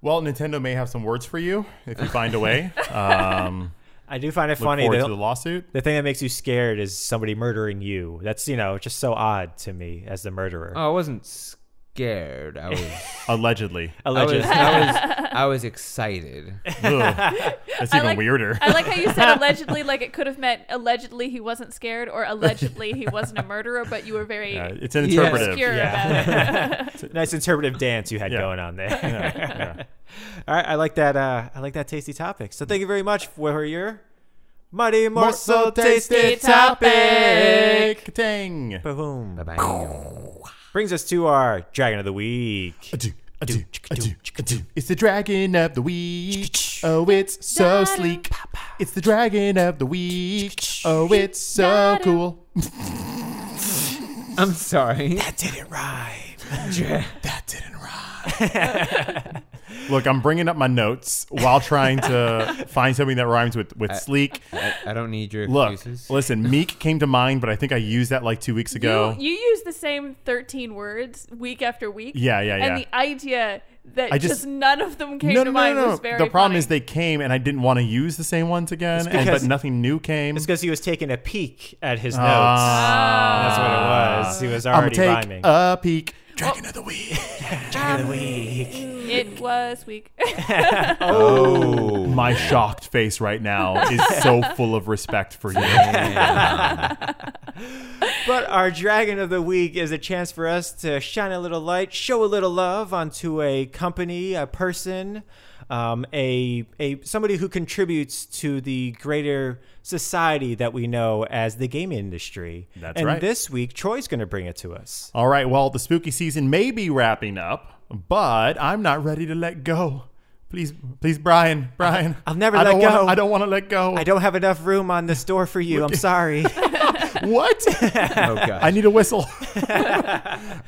Speaker 3: Well, Nintendo may have some words for you if you find a way. Um,
Speaker 2: I do find it
Speaker 3: look
Speaker 2: funny.
Speaker 3: forward
Speaker 2: They
Speaker 3: to the
Speaker 2: don't-
Speaker 3: lawsuit.
Speaker 2: The thing that makes you scared is somebody murdering you. That's you know just so odd to me as the murderer.
Speaker 5: Oh, I wasn't scared. I was.
Speaker 3: Allegedly.
Speaker 5: I
Speaker 2: Alleged.
Speaker 5: was. I was, I was excited.
Speaker 3: Ugh. That's
Speaker 4: I
Speaker 3: even
Speaker 4: like-
Speaker 3: weirder.
Speaker 4: I like how you said allegedly, like it could have meant allegedly he wasn't scared or allegedly he wasn't a murderer, but you were very
Speaker 3: Yeah, it's an
Speaker 5: Yes.
Speaker 3: interpretive.
Speaker 4: obscure
Speaker 2: Yeah.
Speaker 4: about it.
Speaker 2: nice interpretive dance you had
Speaker 3: Yeah.
Speaker 2: going on there. All right, I like that. Uh, I like that tasty topic. So thank you very much for your mighty morsel tasty topic.
Speaker 3: Dang.
Speaker 2: Boom.
Speaker 5: Bye bye.
Speaker 2: Brings us to our dragon of the week.
Speaker 3: A-do, a-do, a-do, a-do. It's the dragon of the week. Oh, it's so sleek. It's the dragon of the week. Oh, it's so cool.
Speaker 5: I'm sorry.
Speaker 2: That didn't rhyme.
Speaker 3: That didn't rhyme. Look, I'm bringing up my notes while trying to find something that rhymes with, with sleek.
Speaker 5: I, I don't need your
Speaker 3: Look,
Speaker 5: excuses.
Speaker 3: listen, meek came to mind, but I think I used that like two weeks ago.
Speaker 4: You, you use the same 13 words week after week.
Speaker 3: Yeah, yeah,
Speaker 4: And
Speaker 3: yeah.
Speaker 4: the idea that
Speaker 3: I
Speaker 4: just,
Speaker 3: just-
Speaker 4: none of them came
Speaker 3: no,
Speaker 4: to
Speaker 3: no,
Speaker 4: mind
Speaker 3: no, no.
Speaker 4: was very
Speaker 3: The problem
Speaker 4: funny.
Speaker 3: is they came and I didn't want to use the same ones again, and, but
Speaker 2: because-
Speaker 3: nothing new came.
Speaker 2: It's because he was taking a peek at his notes.
Speaker 3: Ah.
Speaker 2: That's what it was. He was
Speaker 3: I'm
Speaker 2: already
Speaker 3: take
Speaker 2: rhyming.
Speaker 3: a peek. Oh. Dragon of the week.
Speaker 2: Dragon of the week.
Speaker 4: It was weak.
Speaker 5: oh.
Speaker 3: My shocked face right now is so full of respect for you.
Speaker 2: But our dragon of the week is a chance for us to shine a little light, show a little love onto a company, a person, um, a a somebody who contributes to the greater society that we know as the game industry.
Speaker 3: That's
Speaker 2: and
Speaker 3: right.
Speaker 2: this week, Troy's going to bring it to us.
Speaker 3: All right, well, the spooky season may be wrapping up, but I'm not ready to let go. Please, please, Brian, Brian.
Speaker 2: I'll never
Speaker 3: I
Speaker 2: let
Speaker 3: don't wanna-
Speaker 2: go.
Speaker 3: I don't want to let go.
Speaker 2: I don't have enough room on this door for you. I'm sorry.
Speaker 3: What?
Speaker 5: Oh god.
Speaker 3: I need a whistle.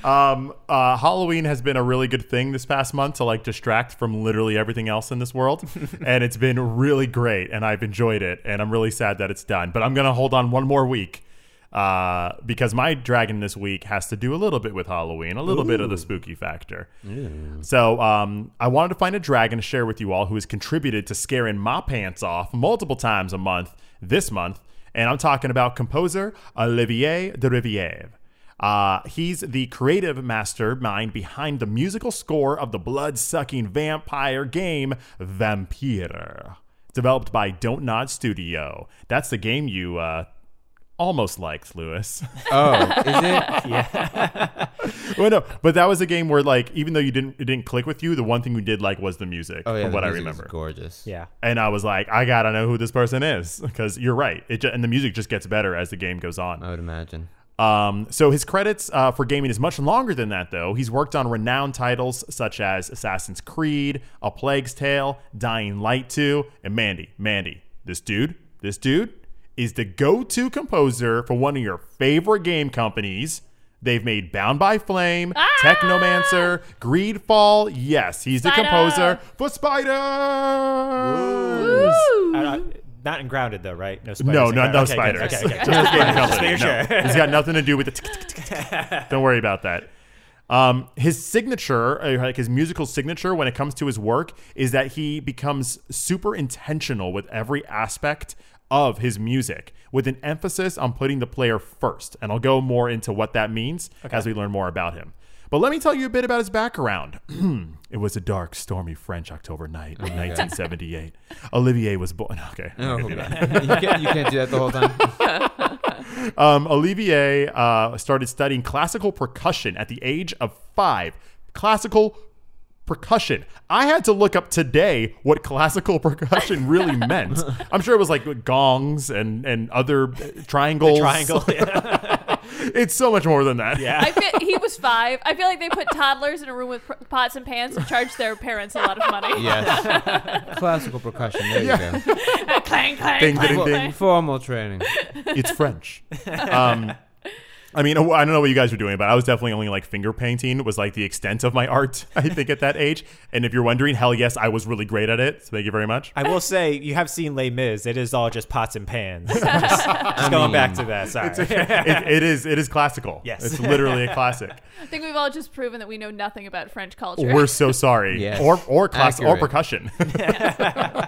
Speaker 3: um, uh, Halloween has been a really good thing this past month to like distract from literally everything else in this world, and it's been really great, and I've enjoyed it, and I'm really sad that it's done. But I'm gonna hold on one more week. Uh, because my dragon this week has to do a little bit with Halloween, a little bit of the spooky factor. So, um, I wanted to find a dragon to share with you all who has contributed to scaring my pants off multiple times a month this month, and I'm talking about composer Olivier de Riviere. Uh, he's the creative mastermind behind the musical score of the blood sucking vampire game Vampire, developed by Don't Nod Studio. That's the game you uh, almost liked, Lewis.
Speaker 5: Oh, is it?
Speaker 3: well, Oh, no, but that was a game where, like, even though you didn't, it didn't click with you, the one thing you did like was the music,
Speaker 5: Oh yeah,
Speaker 3: from
Speaker 5: the
Speaker 3: what I
Speaker 5: music is
Speaker 3: remember.
Speaker 5: gorgeous.
Speaker 2: Yeah.
Speaker 3: and I was like, I gotta know who this person is because you're right. It ju- and the music just gets better as the game goes on.
Speaker 5: I would imagine.
Speaker 3: Um, so his credits uh, for gaming is much longer than that, though. He's worked on renowned titles such as Assassin's Creed, A Plague's Tale, Dying Light 2, and Mandy. Mandy, this dude, this dude is the go-to composer for one of your favorite game companies. They've made Bound by Flame, Technomancer, Greedfall. Yes, he's the
Speaker 4: Spider.
Speaker 3: composer for Spiders.
Speaker 2: I don't- not in grounded though, right? No spiders.
Speaker 3: No,
Speaker 2: in
Speaker 3: no,
Speaker 2: Grounded.
Speaker 3: no
Speaker 2: Okay, good.
Speaker 3: spiders.
Speaker 2: Okay, okay.
Speaker 3: Just the game company.
Speaker 2: making
Speaker 3: No.
Speaker 2: sure.
Speaker 3: It's got nothing to do with the. tick, tick, tick, tick. Don't worry about that. Um, his signature, uh, like his musical signature, when it comes to his work, is that he becomes super intentional with every aspect of his music, with an emphasis on putting the player first. And I'll go more into what that means as we learn more about him. But let me tell you a bit about his background. it was a dark, stormy French October night in
Speaker 2: Oh
Speaker 3: 1978. Olivier was born. Okay. I'm not
Speaker 5: Oh,
Speaker 3: gonna do
Speaker 5: you,
Speaker 3: that.
Speaker 5: can't, you can't do that the whole time.
Speaker 3: Um, Olivier uh, started studying classical percussion at the age of five. Classical percussion. I had to look up today what classical percussion really meant. I'm sure it was like gongs and and other uh, triangles.
Speaker 2: Triangle. Yeah.
Speaker 3: It's so much more than that.
Speaker 2: Yeah.
Speaker 4: I feel, he was five. I feel like they put toddlers in a room with pr- pots and pans and charge their parents a lot of money.
Speaker 5: Yes. Classical percussion. There you go.
Speaker 4: clang, clang,
Speaker 3: Ding,
Speaker 4: clang,
Speaker 3: ding,
Speaker 4: clang.
Speaker 3: ding.
Speaker 5: Formal training.
Speaker 3: It's French. Um, I mean, I don't know what you guys were doing, but I was definitely only like finger painting was like the extent of my art, I think, at that age. And if you're wondering, hell yes, I was really great at it. So thank you very much.
Speaker 2: I will say you have seen Les Mis. It is all just pots and pans. just just going back to that. Sorry.
Speaker 3: it, it is it is classical.
Speaker 2: Yes.
Speaker 3: it's literally a classic.
Speaker 4: I think we've all just proven that we know nothing about French culture.
Speaker 3: We're so sorry.
Speaker 5: Yes.
Speaker 3: Or or class or
Speaker 5: Accurate.
Speaker 3: percussion.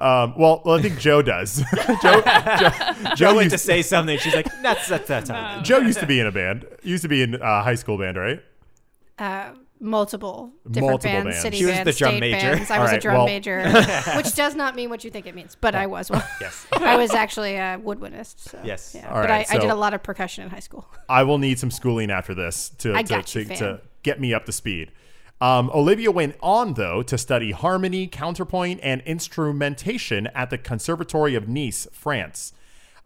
Speaker 3: um, well, well, I think Joe does. Joe, Joe,
Speaker 2: I
Speaker 3: Joe,
Speaker 2: went
Speaker 3: used,
Speaker 2: to say something. She's like, that's that's that time.
Speaker 3: Joe used to be in a band. Used to be in uh, high school band, right?
Speaker 6: Uh, multiple different
Speaker 3: Multiple
Speaker 6: bands,
Speaker 3: bands.
Speaker 6: city
Speaker 2: She was
Speaker 6: bands,
Speaker 2: the drum
Speaker 6: state
Speaker 2: major.
Speaker 6: bands. I
Speaker 3: All
Speaker 6: was
Speaker 3: right,
Speaker 6: a drum
Speaker 3: well-
Speaker 6: major, which does not mean what you think it means, but I was one.
Speaker 2: Yes.
Speaker 6: I was actually a woodwindist. So,
Speaker 2: Yes.
Speaker 6: yeah.
Speaker 3: All
Speaker 6: but
Speaker 3: right,
Speaker 6: I, I did
Speaker 3: so-
Speaker 6: a lot of percussion in high school.
Speaker 3: I will need some schooling after this to
Speaker 6: I
Speaker 3: to,
Speaker 6: got you,
Speaker 3: to,
Speaker 6: fam.
Speaker 3: to get me up to speed. Um, Olivia went on though to study harmony, counterpoint, and instrumentation at the Conservatory of Nice, France.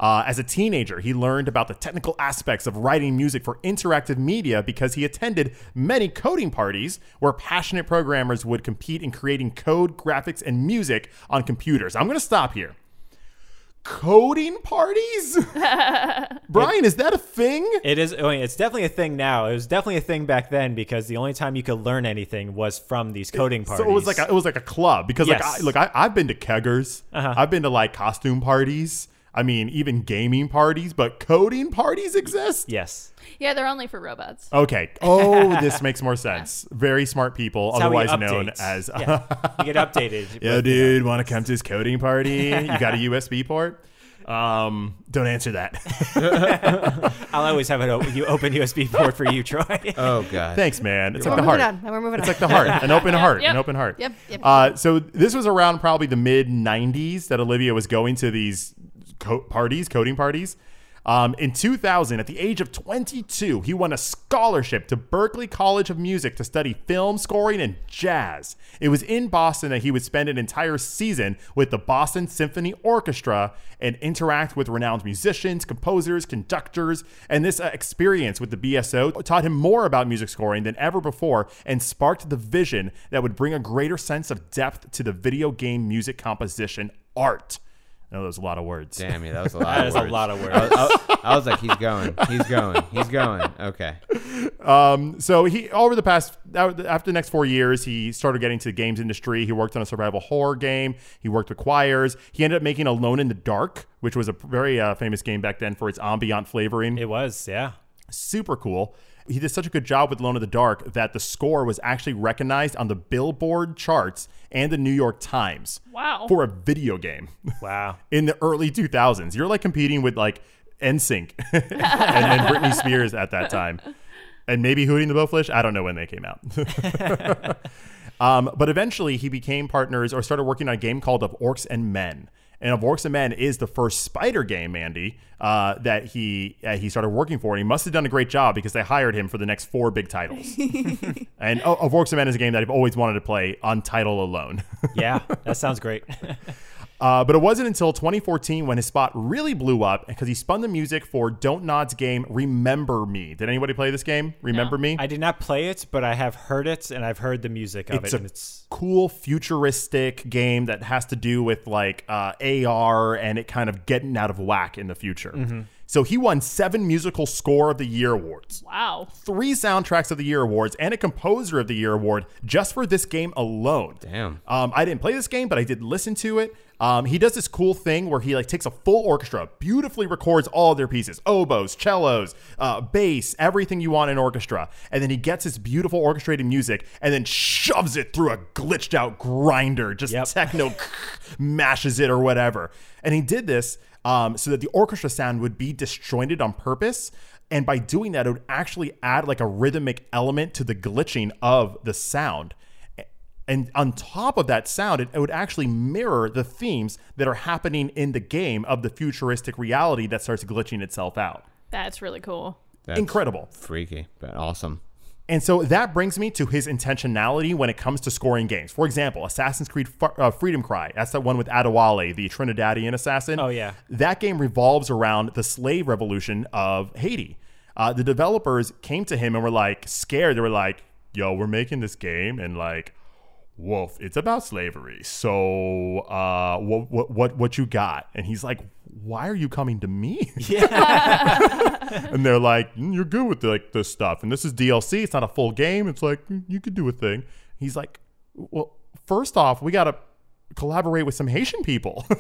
Speaker 3: Uh, as a teenager, he learned about the technical aspects of writing music for interactive media because he attended many coding parties where passionate programmers would compete in creating code, graphics, and music on computers. I'm going to stop here. Coding parties? Brian, is that a thing?
Speaker 2: It is. I mean, it's definitely a thing now. It was definitely a thing back then because the only time you could learn anything was from these coding parties.
Speaker 3: So it was like a, it was like a club because
Speaker 2: Yes. Uh-huh.
Speaker 3: like I, look, I, I've been to keggers, I've been to like costume parties. I mean, even gaming parties, but coding parties exist.
Speaker 2: yes.
Speaker 4: yeah, they're only for robots.
Speaker 3: Okay. Oh, this makes more sense. Very smart people,
Speaker 2: It's how we
Speaker 3: otherwise known
Speaker 2: update.
Speaker 3: as.
Speaker 2: yeah. you get updated.
Speaker 3: Yo,
Speaker 2: with, you know,
Speaker 3: dude, want to come to this coding party? You got a USB port? Um, don't answer that.
Speaker 2: I'll always have an o- you open USB port for you, Troy.
Speaker 5: Oh god.
Speaker 3: Thanks, man. It's like
Speaker 6: We're
Speaker 3: the
Speaker 6: moving
Speaker 3: heart.
Speaker 6: on. We're moving on.
Speaker 3: It's like the heart, an open heart,
Speaker 4: yep.
Speaker 3: an open heart.
Speaker 6: Yep, yep.
Speaker 3: Uh, so this was around probably the mid '90s that Olivia was going to these co- parties, coding parties. Um, in 2000, at the age of 22, he won a scholarship to Berklee College of Music to study film scoring and jazz. It was in Boston that he would spend an entire season with the Boston Symphony Orchestra and interact with renowned musicians, composers, conductors. And this uh, experience with the BSO taught him more about music scoring than ever before and sparked the vision that would bring a greater sense of depth to the video game music composition art. I know there's a lot of words.
Speaker 5: Damn, yeah, that was a lot.
Speaker 2: That
Speaker 5: of
Speaker 2: is a
Speaker 5: words.
Speaker 2: lot of
Speaker 5: I,
Speaker 2: words.
Speaker 5: I- I was like, he's going, he's going, he's going. Okay.
Speaker 3: so he over the past after the next four years he started getting to the games industry he worked on a survival horror game he worked with choirs he ended up making alone in the dark which was a very uh, famous game back then for its ambient flavoring
Speaker 2: it was. Yeah.
Speaker 3: super cool he did such a good job with alone in the dark that the score was actually recognized on the billboard charts and the new york times
Speaker 4: Wow.
Speaker 3: for a video game
Speaker 2: Wow.
Speaker 3: in the early 2000s. You're like competing with like NSYNC and, and Britney Spears at that time. And maybe Hootie and the Blowfish. I don't know when they came out. um, but eventually he became partners or started working on a game called Of Orcs and Men. And Of Orcs and Men is the first spider game, Andy, uh, that he uh, he started working for. And he must have done a great job because they hired him for the next four big titles. and O- Of Orcs and Men is a game that I've always wanted to play on title alone.
Speaker 2: Yeah, that sounds great.
Speaker 3: Uh, but it wasn't until 2014 when his spot really blew up because he spun the music for Don't Nod's game Remember Me. Did anybody play this game? Remember Me?
Speaker 2: I did not play it, but I have heard it and I've heard the music of
Speaker 3: It's
Speaker 2: it.
Speaker 3: a-
Speaker 2: and it's
Speaker 3: cool futuristic game that has to do with like uh, AR and it kind of getting out of whack in the future. So he won seven musical score of the year awards,
Speaker 4: Wow.
Speaker 3: three soundtracks of the year awards, and a composer of the year award just for this game alone.
Speaker 5: Damn.
Speaker 3: Um, I didn't play this game, but I did listen to it. Um, he does this cool thing where he like takes a full orchestra, beautifully records all their pieces, oboes, cellos, uh, bass, everything you want in orchestra, and then he gets his beautiful orchestrated music and then shoves it through a glitched out grinder, just
Speaker 2: Yep.
Speaker 3: techno mashes it or whatever. And he did this um, so that the orchestra sound would be disjointed on purpose. And by doing that, it would actually add like a rhythmic element to the glitching of the sound. And on top of that sound, it, it would actually mirror the themes that are happening in the game of the futuristic reality that starts glitching itself out.
Speaker 4: That's really cool.
Speaker 5: That's
Speaker 3: Incredible.
Speaker 5: Freaky, but awesome.
Speaker 3: And so that brings me to his intentionality when it comes to scoring games. For example, Assassin's Creed Fu- uh, Freedom Cry. That's that one with Adewale, the Trinidadian assassin.
Speaker 2: Oh, yeah.
Speaker 3: That game revolves around the slave revolution of Haiti. Uh, the developers came to him and were like scared. They were like, "Yo, we're making this game, and like, Wolf, it's about slavery. So, uh, what, what, what, what you got?" And he's like, "Why are you coming to me?" and they're like, "Mm, "You're good with like this stuff, and this is DLC. It's not a full game. It's like mm, you could do a thing." He's like, "Well, first off, we gotta collaborate with some Haitian people."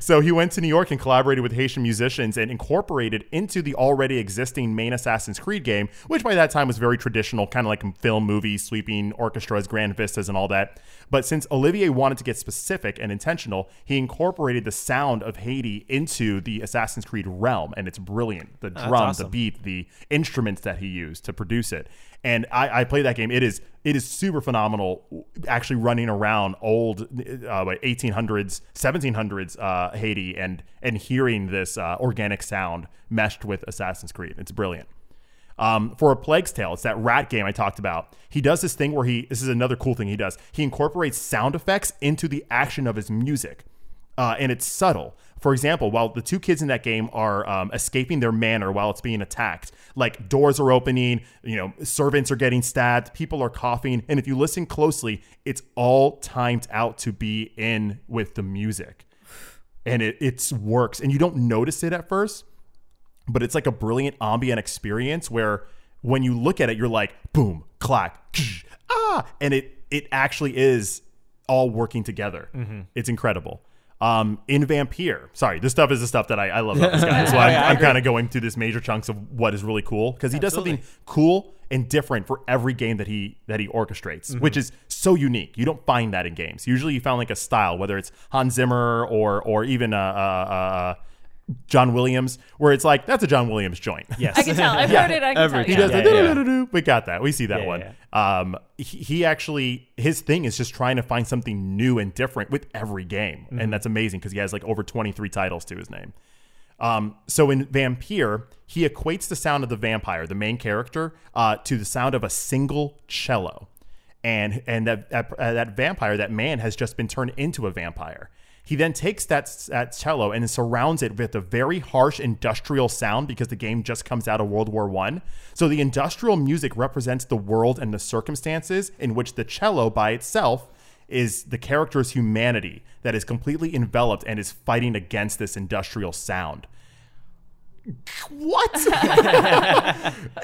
Speaker 3: so he went to New York and collaborated with Haitian musicians and incorporated into the already existing main Assassin's Creed game, which by that time was very traditional, kind of like film, movie, sweeping orchestras, grand vistas, and all that. But since Olivier wanted to get specific and intentional, he incorporated the sound of Haiti into the Assassin's Creed realm, and it's brilliant. The drum, the
Speaker 2: awesome.
Speaker 3: beat, the instruments that he used to produce it. And I, I play that game. It is it is super phenomenal. Actually, running around old uh, like 1800s, 1700s uh, Haiti, and and hearing this uh, organic sound meshed with Assassin's Creed. It's brilliant. Um, for a Plague's Tale, it's that rat game I talked about. He does this thing where he this is another cool thing he does. He incorporates sound effects into the action of his music, uh, and it's subtle. For example, while the two kids in that game are um, escaping their manor while it's being attacked, like doors are opening, you know, servants are getting stabbed, people are coughing, and if you listen closely, it's all timed out to be in with the music, and it it's works, and you don't notice it at first but it's like a brilliant ambient experience where when you look at it, you're like, boom, clack, ksh, ah, and it it actually is all working together. It's incredible. Um, in Vampire, sorry, this stuff is the stuff that I, I love about this guy. So I'm, I'm kind of going through this major chunks of what is really cool because he does something cool and different for every game that he that he orchestrates, which is so unique. You don't find that in games. Usually, you found like a style, whether it's Hans Zimmer or or even a. Uh, uh, John Williams, where it's like that's a John Williams joint.
Speaker 2: yes.
Speaker 4: I can tell. I've heard it. I can
Speaker 5: Every
Speaker 4: tell.
Speaker 3: he
Speaker 4: yeah.
Speaker 3: does.
Speaker 2: Yeah,
Speaker 3: the
Speaker 2: yeah, yeah.
Speaker 3: do-do-do-do-do. We got that. We see that
Speaker 2: Yeah,
Speaker 3: one.
Speaker 2: yeah,
Speaker 3: Um, he, he actually his thing is just trying to find something new and different with every game,
Speaker 2: Mm-hmm.
Speaker 3: and that's amazing because he has like over twenty three titles to his name. Um, so in Vampire, he equates the sound of the vampire, the main character, uh, to the sound of a single cello, and and that that, uh, that vampire, that man, has just been turned into a vampire. He then takes that that cello and surrounds it with a very harsh industrial sound because the game just comes out of World War One. So the industrial music represents the world and the circumstances in which the cello by itself is the character's humanity that is completely enveloped and is fighting against this industrial sound. What?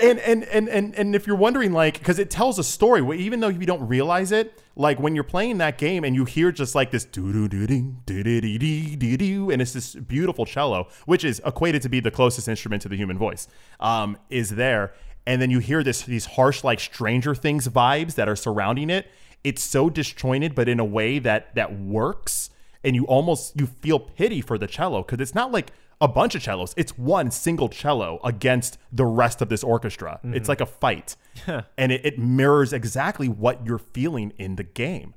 Speaker 3: and, and and and and if you're wondering, like, because it tells a story, wh- even though you don't realize it, like when you're playing that game and you hear just like this doo doo doo ding doo doo doo doo doo doo, and it's this beautiful cello, which is equated to be the closest instrument to the human voice, um, is there, and then you hear this these harsh like Stranger Things vibes that are surrounding it. It's so disjointed, but in a way that that works and you almost you feel pity for the cello because it's not like a bunch of cellos it's one single cello against the rest of this orchestra it's like a fight and it, it mirrors exactly what you're feeling in the game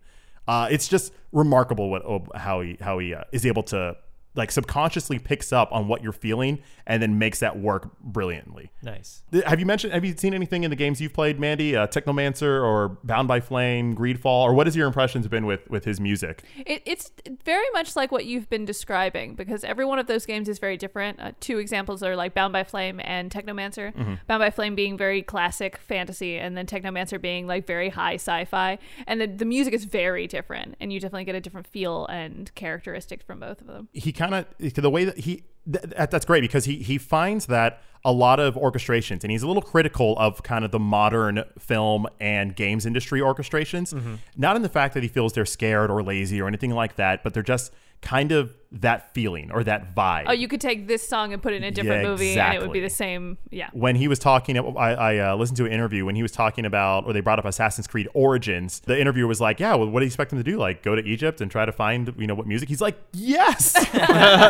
Speaker 3: uh, it's just remarkable what oh, how he how he uh, is able to like subconsciously picks up on what you're feeling and then makes that work brilliantly
Speaker 2: Nice.
Speaker 3: Th- Have you mentioned? Have you seen anything in the games you've played, Mandy? Uh, Technomancer or Bound by Flame, Greedfall, or what has your impressions been with with his music?
Speaker 4: It, it's very much like what you've been describing because every one of those games is very different. Uh, two examples are like Bound by Flame and Technomancer.
Speaker 3: Mm-hmm.
Speaker 4: Bound by Flame being very classic fantasy, and then Technomancer being like very high sci-fi. And the, the music is very different, and you definitely get a different feel and characteristic from both of them.
Speaker 3: He kind of the way that he th- that, that's great because he he finds that a lot of orchestrations and he's a little critical of kind of the modern film and games industry orchestrations not in the fact that he feels they're scared or lazy or anything like that but they're just kind of that feeling or that vibe
Speaker 4: Oh, you could take this song and put it in a different
Speaker 3: Yeah,
Speaker 4: movie, and it would be
Speaker 3: exactly.
Speaker 4: the same. Yeah.
Speaker 3: when he was talking, I, I uh, listened to an interview when he was talking about, or they brought up Assassin's Creed Origins. The interviewer was like, "Yeah, well, what do you expect him to do? Like, go to Egypt and try to find, you know, what music?" He's like, "Yes,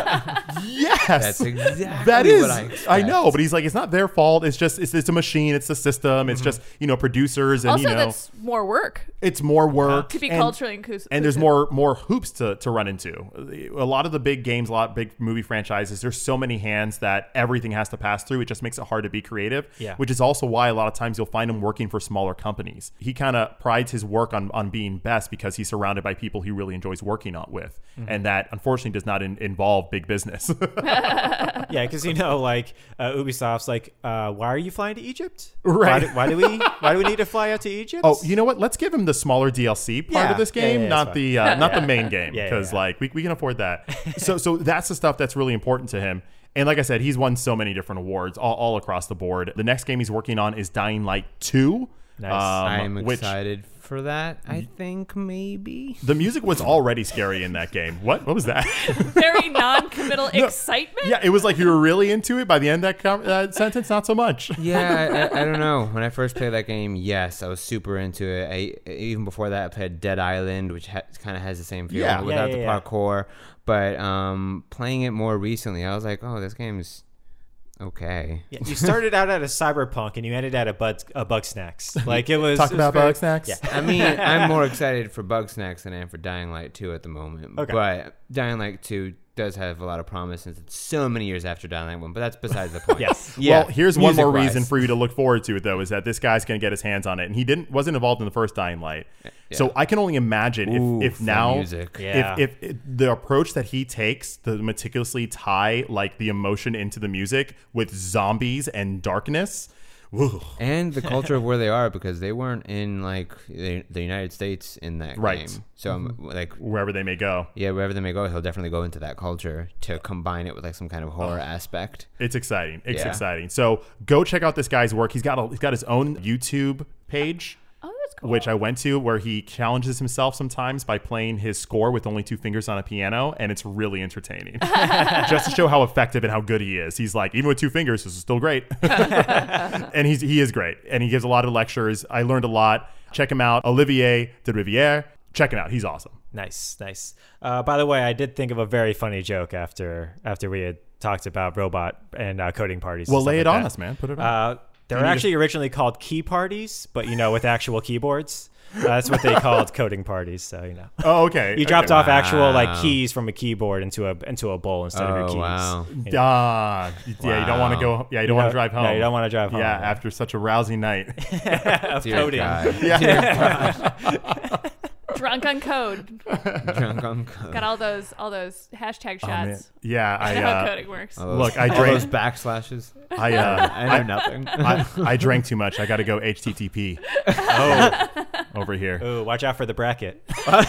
Speaker 3: yes,
Speaker 5: That's exactly
Speaker 3: that is,
Speaker 5: what I expect.
Speaker 3: know." But he's like, "It's not their fault. It's just, it's, it's a machine. It's the system.
Speaker 5: Mm-hmm.
Speaker 3: It's just, you know, producers and
Speaker 4: Also,
Speaker 3: you know,
Speaker 4: that's more work
Speaker 3: it's
Speaker 5: Uh-huh.
Speaker 3: more work
Speaker 4: to be
Speaker 3: and-
Speaker 4: culturally inclusive.
Speaker 3: and there's more more hoops to, to run into. A lot of the big games, a lot of big movie franchises, there's so many hands that everything has to pass through. It just makes it hard to be creative.
Speaker 2: Yeah.
Speaker 3: Which is also why a lot of times you'll find him working for smaller companies. He kind of prides his work on, on being best because he's surrounded by people he really enjoys working on with.
Speaker 5: Mm-hmm.
Speaker 3: And that unfortunately does not in, involve big business.
Speaker 2: Yeah, because you know, like uh, Ubisoft's like, uh, why are you flying to Egypt?
Speaker 3: Right.
Speaker 2: Why do, why do we? Why do we need to fly out to Egypt?
Speaker 3: oh, you know what? Let's give him the smaller DLC part
Speaker 2: Yeah.
Speaker 3: of this
Speaker 2: Yeah,
Speaker 3: game,
Speaker 2: yeah,
Speaker 3: not
Speaker 2: it's
Speaker 3: the uh, not the main game
Speaker 2: Yeah, yeah,
Speaker 3: because
Speaker 2: yeah.
Speaker 3: like we, we can afford that. so so that's the stuff that's really important to him. And like I said, he's won so many different awards all, all across the board. The next game he's working on is Dying Light 2.
Speaker 2: Nice.
Speaker 5: I'm
Speaker 3: um, which
Speaker 5: excited for that. I think maybe.
Speaker 3: the music was already scary in that game. What what was that?
Speaker 4: very non-committal excitement.
Speaker 3: yeah, it was like you were really into it. By the end of that com- uh, sentence, not so much.
Speaker 5: Yeah, I, I, I don't know. When I first played that game, yes, I was super into it. I even before that, I played Dead Island, which ha- kind of has the same feel
Speaker 3: Yeah. Yeah,
Speaker 5: without
Speaker 2: yeah,
Speaker 5: the
Speaker 2: yeah.
Speaker 5: parkour. But um, playing it more recently, I was like, oh, this game's okay.
Speaker 2: Yeah, you started out at a cyberpunk and you ended at a bug a bug snacks. Like it was
Speaker 3: Talk
Speaker 2: it was
Speaker 3: about
Speaker 2: very-
Speaker 3: bug snacks.
Speaker 2: Yeah.
Speaker 5: I mean, I'm more excited for Bugsnax than I am for Dying Light 2 at the moment.
Speaker 2: Okay.
Speaker 5: But Dying Light 2 does have a lot of promise since it's so many years after Dying Light 1, but that's besides the point.
Speaker 2: Yes.
Speaker 5: Yeah,
Speaker 3: well, here's one more
Speaker 5: music-wise.
Speaker 3: reason for you to look forward to it though is that this guy's going to get his hands on it, and he didn't wasn't involved in the first Dying Light, so I can only imagine
Speaker 5: Ooh,
Speaker 3: if if
Speaker 5: fun
Speaker 3: now
Speaker 5: music.
Speaker 2: Yeah.
Speaker 3: if, if it- the approach that he takes to meticulously tie like the emotion into the music with zombies and darkness. Woo.
Speaker 5: and the culture of where they are because they weren't in like the, the United States in that
Speaker 3: Right.
Speaker 5: game. So I'm like
Speaker 3: Wherever they may go,
Speaker 5: yeah, wherever they may go, he'll definitely go into that culture to combine it with like some kind of horror aspect.
Speaker 3: It's exciting. It's
Speaker 5: Yeah.
Speaker 3: exciting. So go check out this guy's work. He's got a, he's got his own YouTube page.
Speaker 4: Oh, that's cool.
Speaker 3: Which I went to, where he challenges himself sometimes by playing his score with only two fingers on a piano, and it's really entertaining. Just to show how effective and how good he is. He's like, even with two fingers, this is still great. and he's he is great, and he gives a lot of lectures. I learned a lot. Check him out, Olivier de Riviere. Check him out. He's awesome.
Speaker 2: Nice, nice. Uh, by the way, I did think of a very funny joke after after we had talked about robot and uh, coding parties. and
Speaker 3: Well,
Speaker 2: stuff
Speaker 3: lay
Speaker 2: like
Speaker 3: it on
Speaker 2: that.
Speaker 3: us, man. Put it on.
Speaker 2: Uh, they were
Speaker 3: need to-
Speaker 2: actually originally called key parties, but you know, with actual keyboards, uh, that's what they called coding parties. So you know,
Speaker 3: oh, okay.
Speaker 2: you dropped
Speaker 3: okay.
Speaker 2: off actual like
Speaker 5: Wow.
Speaker 2: keys from a keyboard into a into a bowl instead of your
Speaker 5: Oh,
Speaker 2: keys.
Speaker 5: wow.
Speaker 3: Ah, yeah, you don't want to go. Yeah, you don't want
Speaker 2: know-
Speaker 3: to drive
Speaker 2: no,
Speaker 3: home.
Speaker 2: you don't wanna drive home.
Speaker 3: Yeah, after such a rousing night.
Speaker 2: Of
Speaker 5: Dear
Speaker 2: coding.
Speaker 5: God.
Speaker 4: Drunk on code.
Speaker 5: Drunk on coke.
Speaker 4: Got all those all those hashtag
Speaker 3: Oh, man.
Speaker 4: shots.
Speaker 3: yeah,
Speaker 4: I
Speaker 3: I.
Speaker 4: know how
Speaker 3: Uh,
Speaker 4: coding works.
Speaker 5: All those-
Speaker 3: Look, I
Speaker 5: all
Speaker 3: drank-
Speaker 5: those backslashes.
Speaker 3: I, uh,
Speaker 5: I know nothing.
Speaker 3: I, I drank too much. I got to go HTTP. Oh, over here.
Speaker 2: Ooh, watch out for the bracket.
Speaker 3: I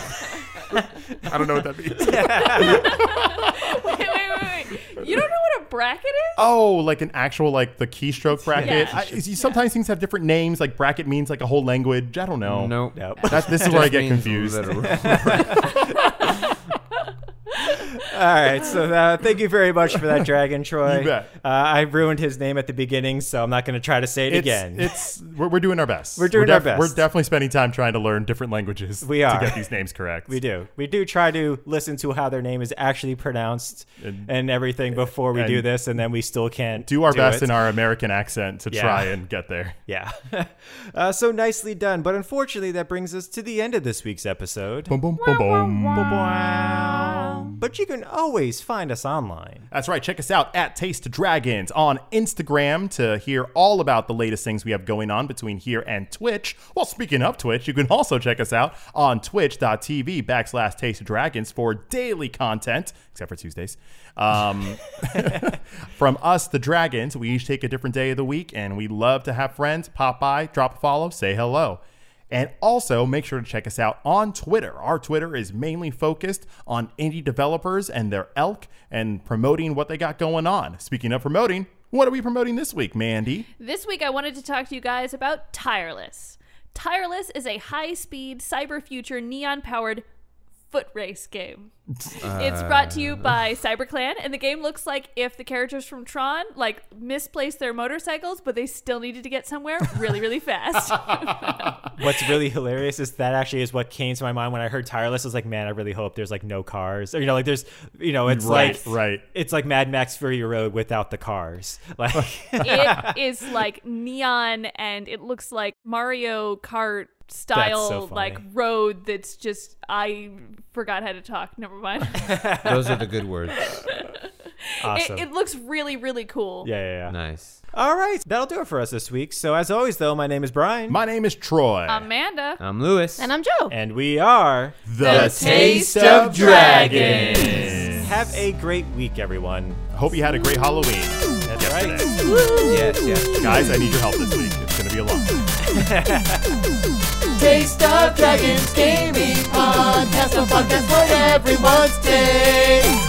Speaker 3: don't know what that means.
Speaker 4: wait, wait, wait, wait. You don't know what a bracket is?
Speaker 3: Oh, like an actual like the keystroke bracket.
Speaker 4: Yeah.
Speaker 3: I, you- sometimes things have different names. Like bracket means like a whole language. I don't know.
Speaker 5: nope.
Speaker 2: Nope.
Speaker 3: That, this is where I
Speaker 5: Just
Speaker 3: get
Speaker 5: means
Speaker 3: confused.
Speaker 5: literal.
Speaker 2: All right, so uh, thank you very much for that, Dragon Troy.
Speaker 3: You bet.
Speaker 2: Uh, I ruined his name at the beginning, so I'm not going to try to say it
Speaker 3: It's,
Speaker 2: again.
Speaker 3: it's we're, we're doing our best.
Speaker 2: We're doing our best.
Speaker 3: We're definitely spending time trying to learn different languages.
Speaker 2: We are.
Speaker 3: to get these names correct.
Speaker 2: we do. We do try to listen to how their name is actually pronounced and,
Speaker 3: And-
Speaker 2: everything before we
Speaker 3: and-
Speaker 2: do this, and then we still can't
Speaker 3: do our best
Speaker 2: it.
Speaker 3: in our American accent to
Speaker 2: Yeah.
Speaker 3: try and get there.
Speaker 2: Yeah. uh, so nicely done. But unfortunately, that brings us to the end of this week's episode.
Speaker 3: Boom, boom, boom, boom.
Speaker 2: But you can always find us online.
Speaker 3: That's right. Check us out at Taste to Dragons on Instagram to hear all about the latest things we have going on between here and Twitch. Well, speaking of Twitch, you can also check us out on twitch.tv backslash Taste to Dragons for daily content, except for Tuesdays. Um, from us, the Dragons, we each take a different day of the week, and we love to have friends pop by, drop a follow, say hello. And also make sure to check us out on Twitter. Our Twitter is mainly focused on indie developers and their elk and promoting what they got going on. Speaking of promoting, what are we promoting this week, Mandy?
Speaker 4: This week, I wanted to talk to you guys about Tireless. Tireless is a high speed, cyber future, neon powered foot race game. it's brought to you
Speaker 3: Uh.
Speaker 4: by CyberClan, and the game looks like if the characters from Tron like misplaced their motorcycles, but they still needed to get somewhere really, really fast.
Speaker 2: What's really hilarious is that actually is what came to my mind when I heard Tireless. I was like, man, I really hope there's like no cars. Or, you know, like there's, you know, it's
Speaker 3: Right,
Speaker 2: like,
Speaker 3: right.
Speaker 2: It's like Mad Max Fury Road without the cars. Like,
Speaker 4: it is like neon, and it looks like Mario Kart style
Speaker 2: That's so
Speaker 4: like
Speaker 2: funny.
Speaker 4: road that's just I forgot how to talk. Never mind.
Speaker 5: Those are the good words.
Speaker 2: awesome.
Speaker 4: it, it looks really, really cool.
Speaker 2: yeah, yeah, yeah.
Speaker 5: Nice.
Speaker 2: All right. That'll do it for us this week. So, as always, though, my name is Brian.
Speaker 3: My name is Troy.
Speaker 4: Amanda.
Speaker 5: I'm Um, Lewis.
Speaker 6: And I'm Joe.
Speaker 2: and we are.
Speaker 4: The Taste of
Speaker 2: Dragons. Have a great week, everyone.
Speaker 3: Hope you had a great Halloween.
Speaker 2: That's
Speaker 3: yesterday.
Speaker 2: right.
Speaker 5: yes, yes.
Speaker 3: Guys, I need your help this week. It's going to be a long one.
Speaker 1: Taste of Dragons Gaming Podcast, a podcast for everyone's taste.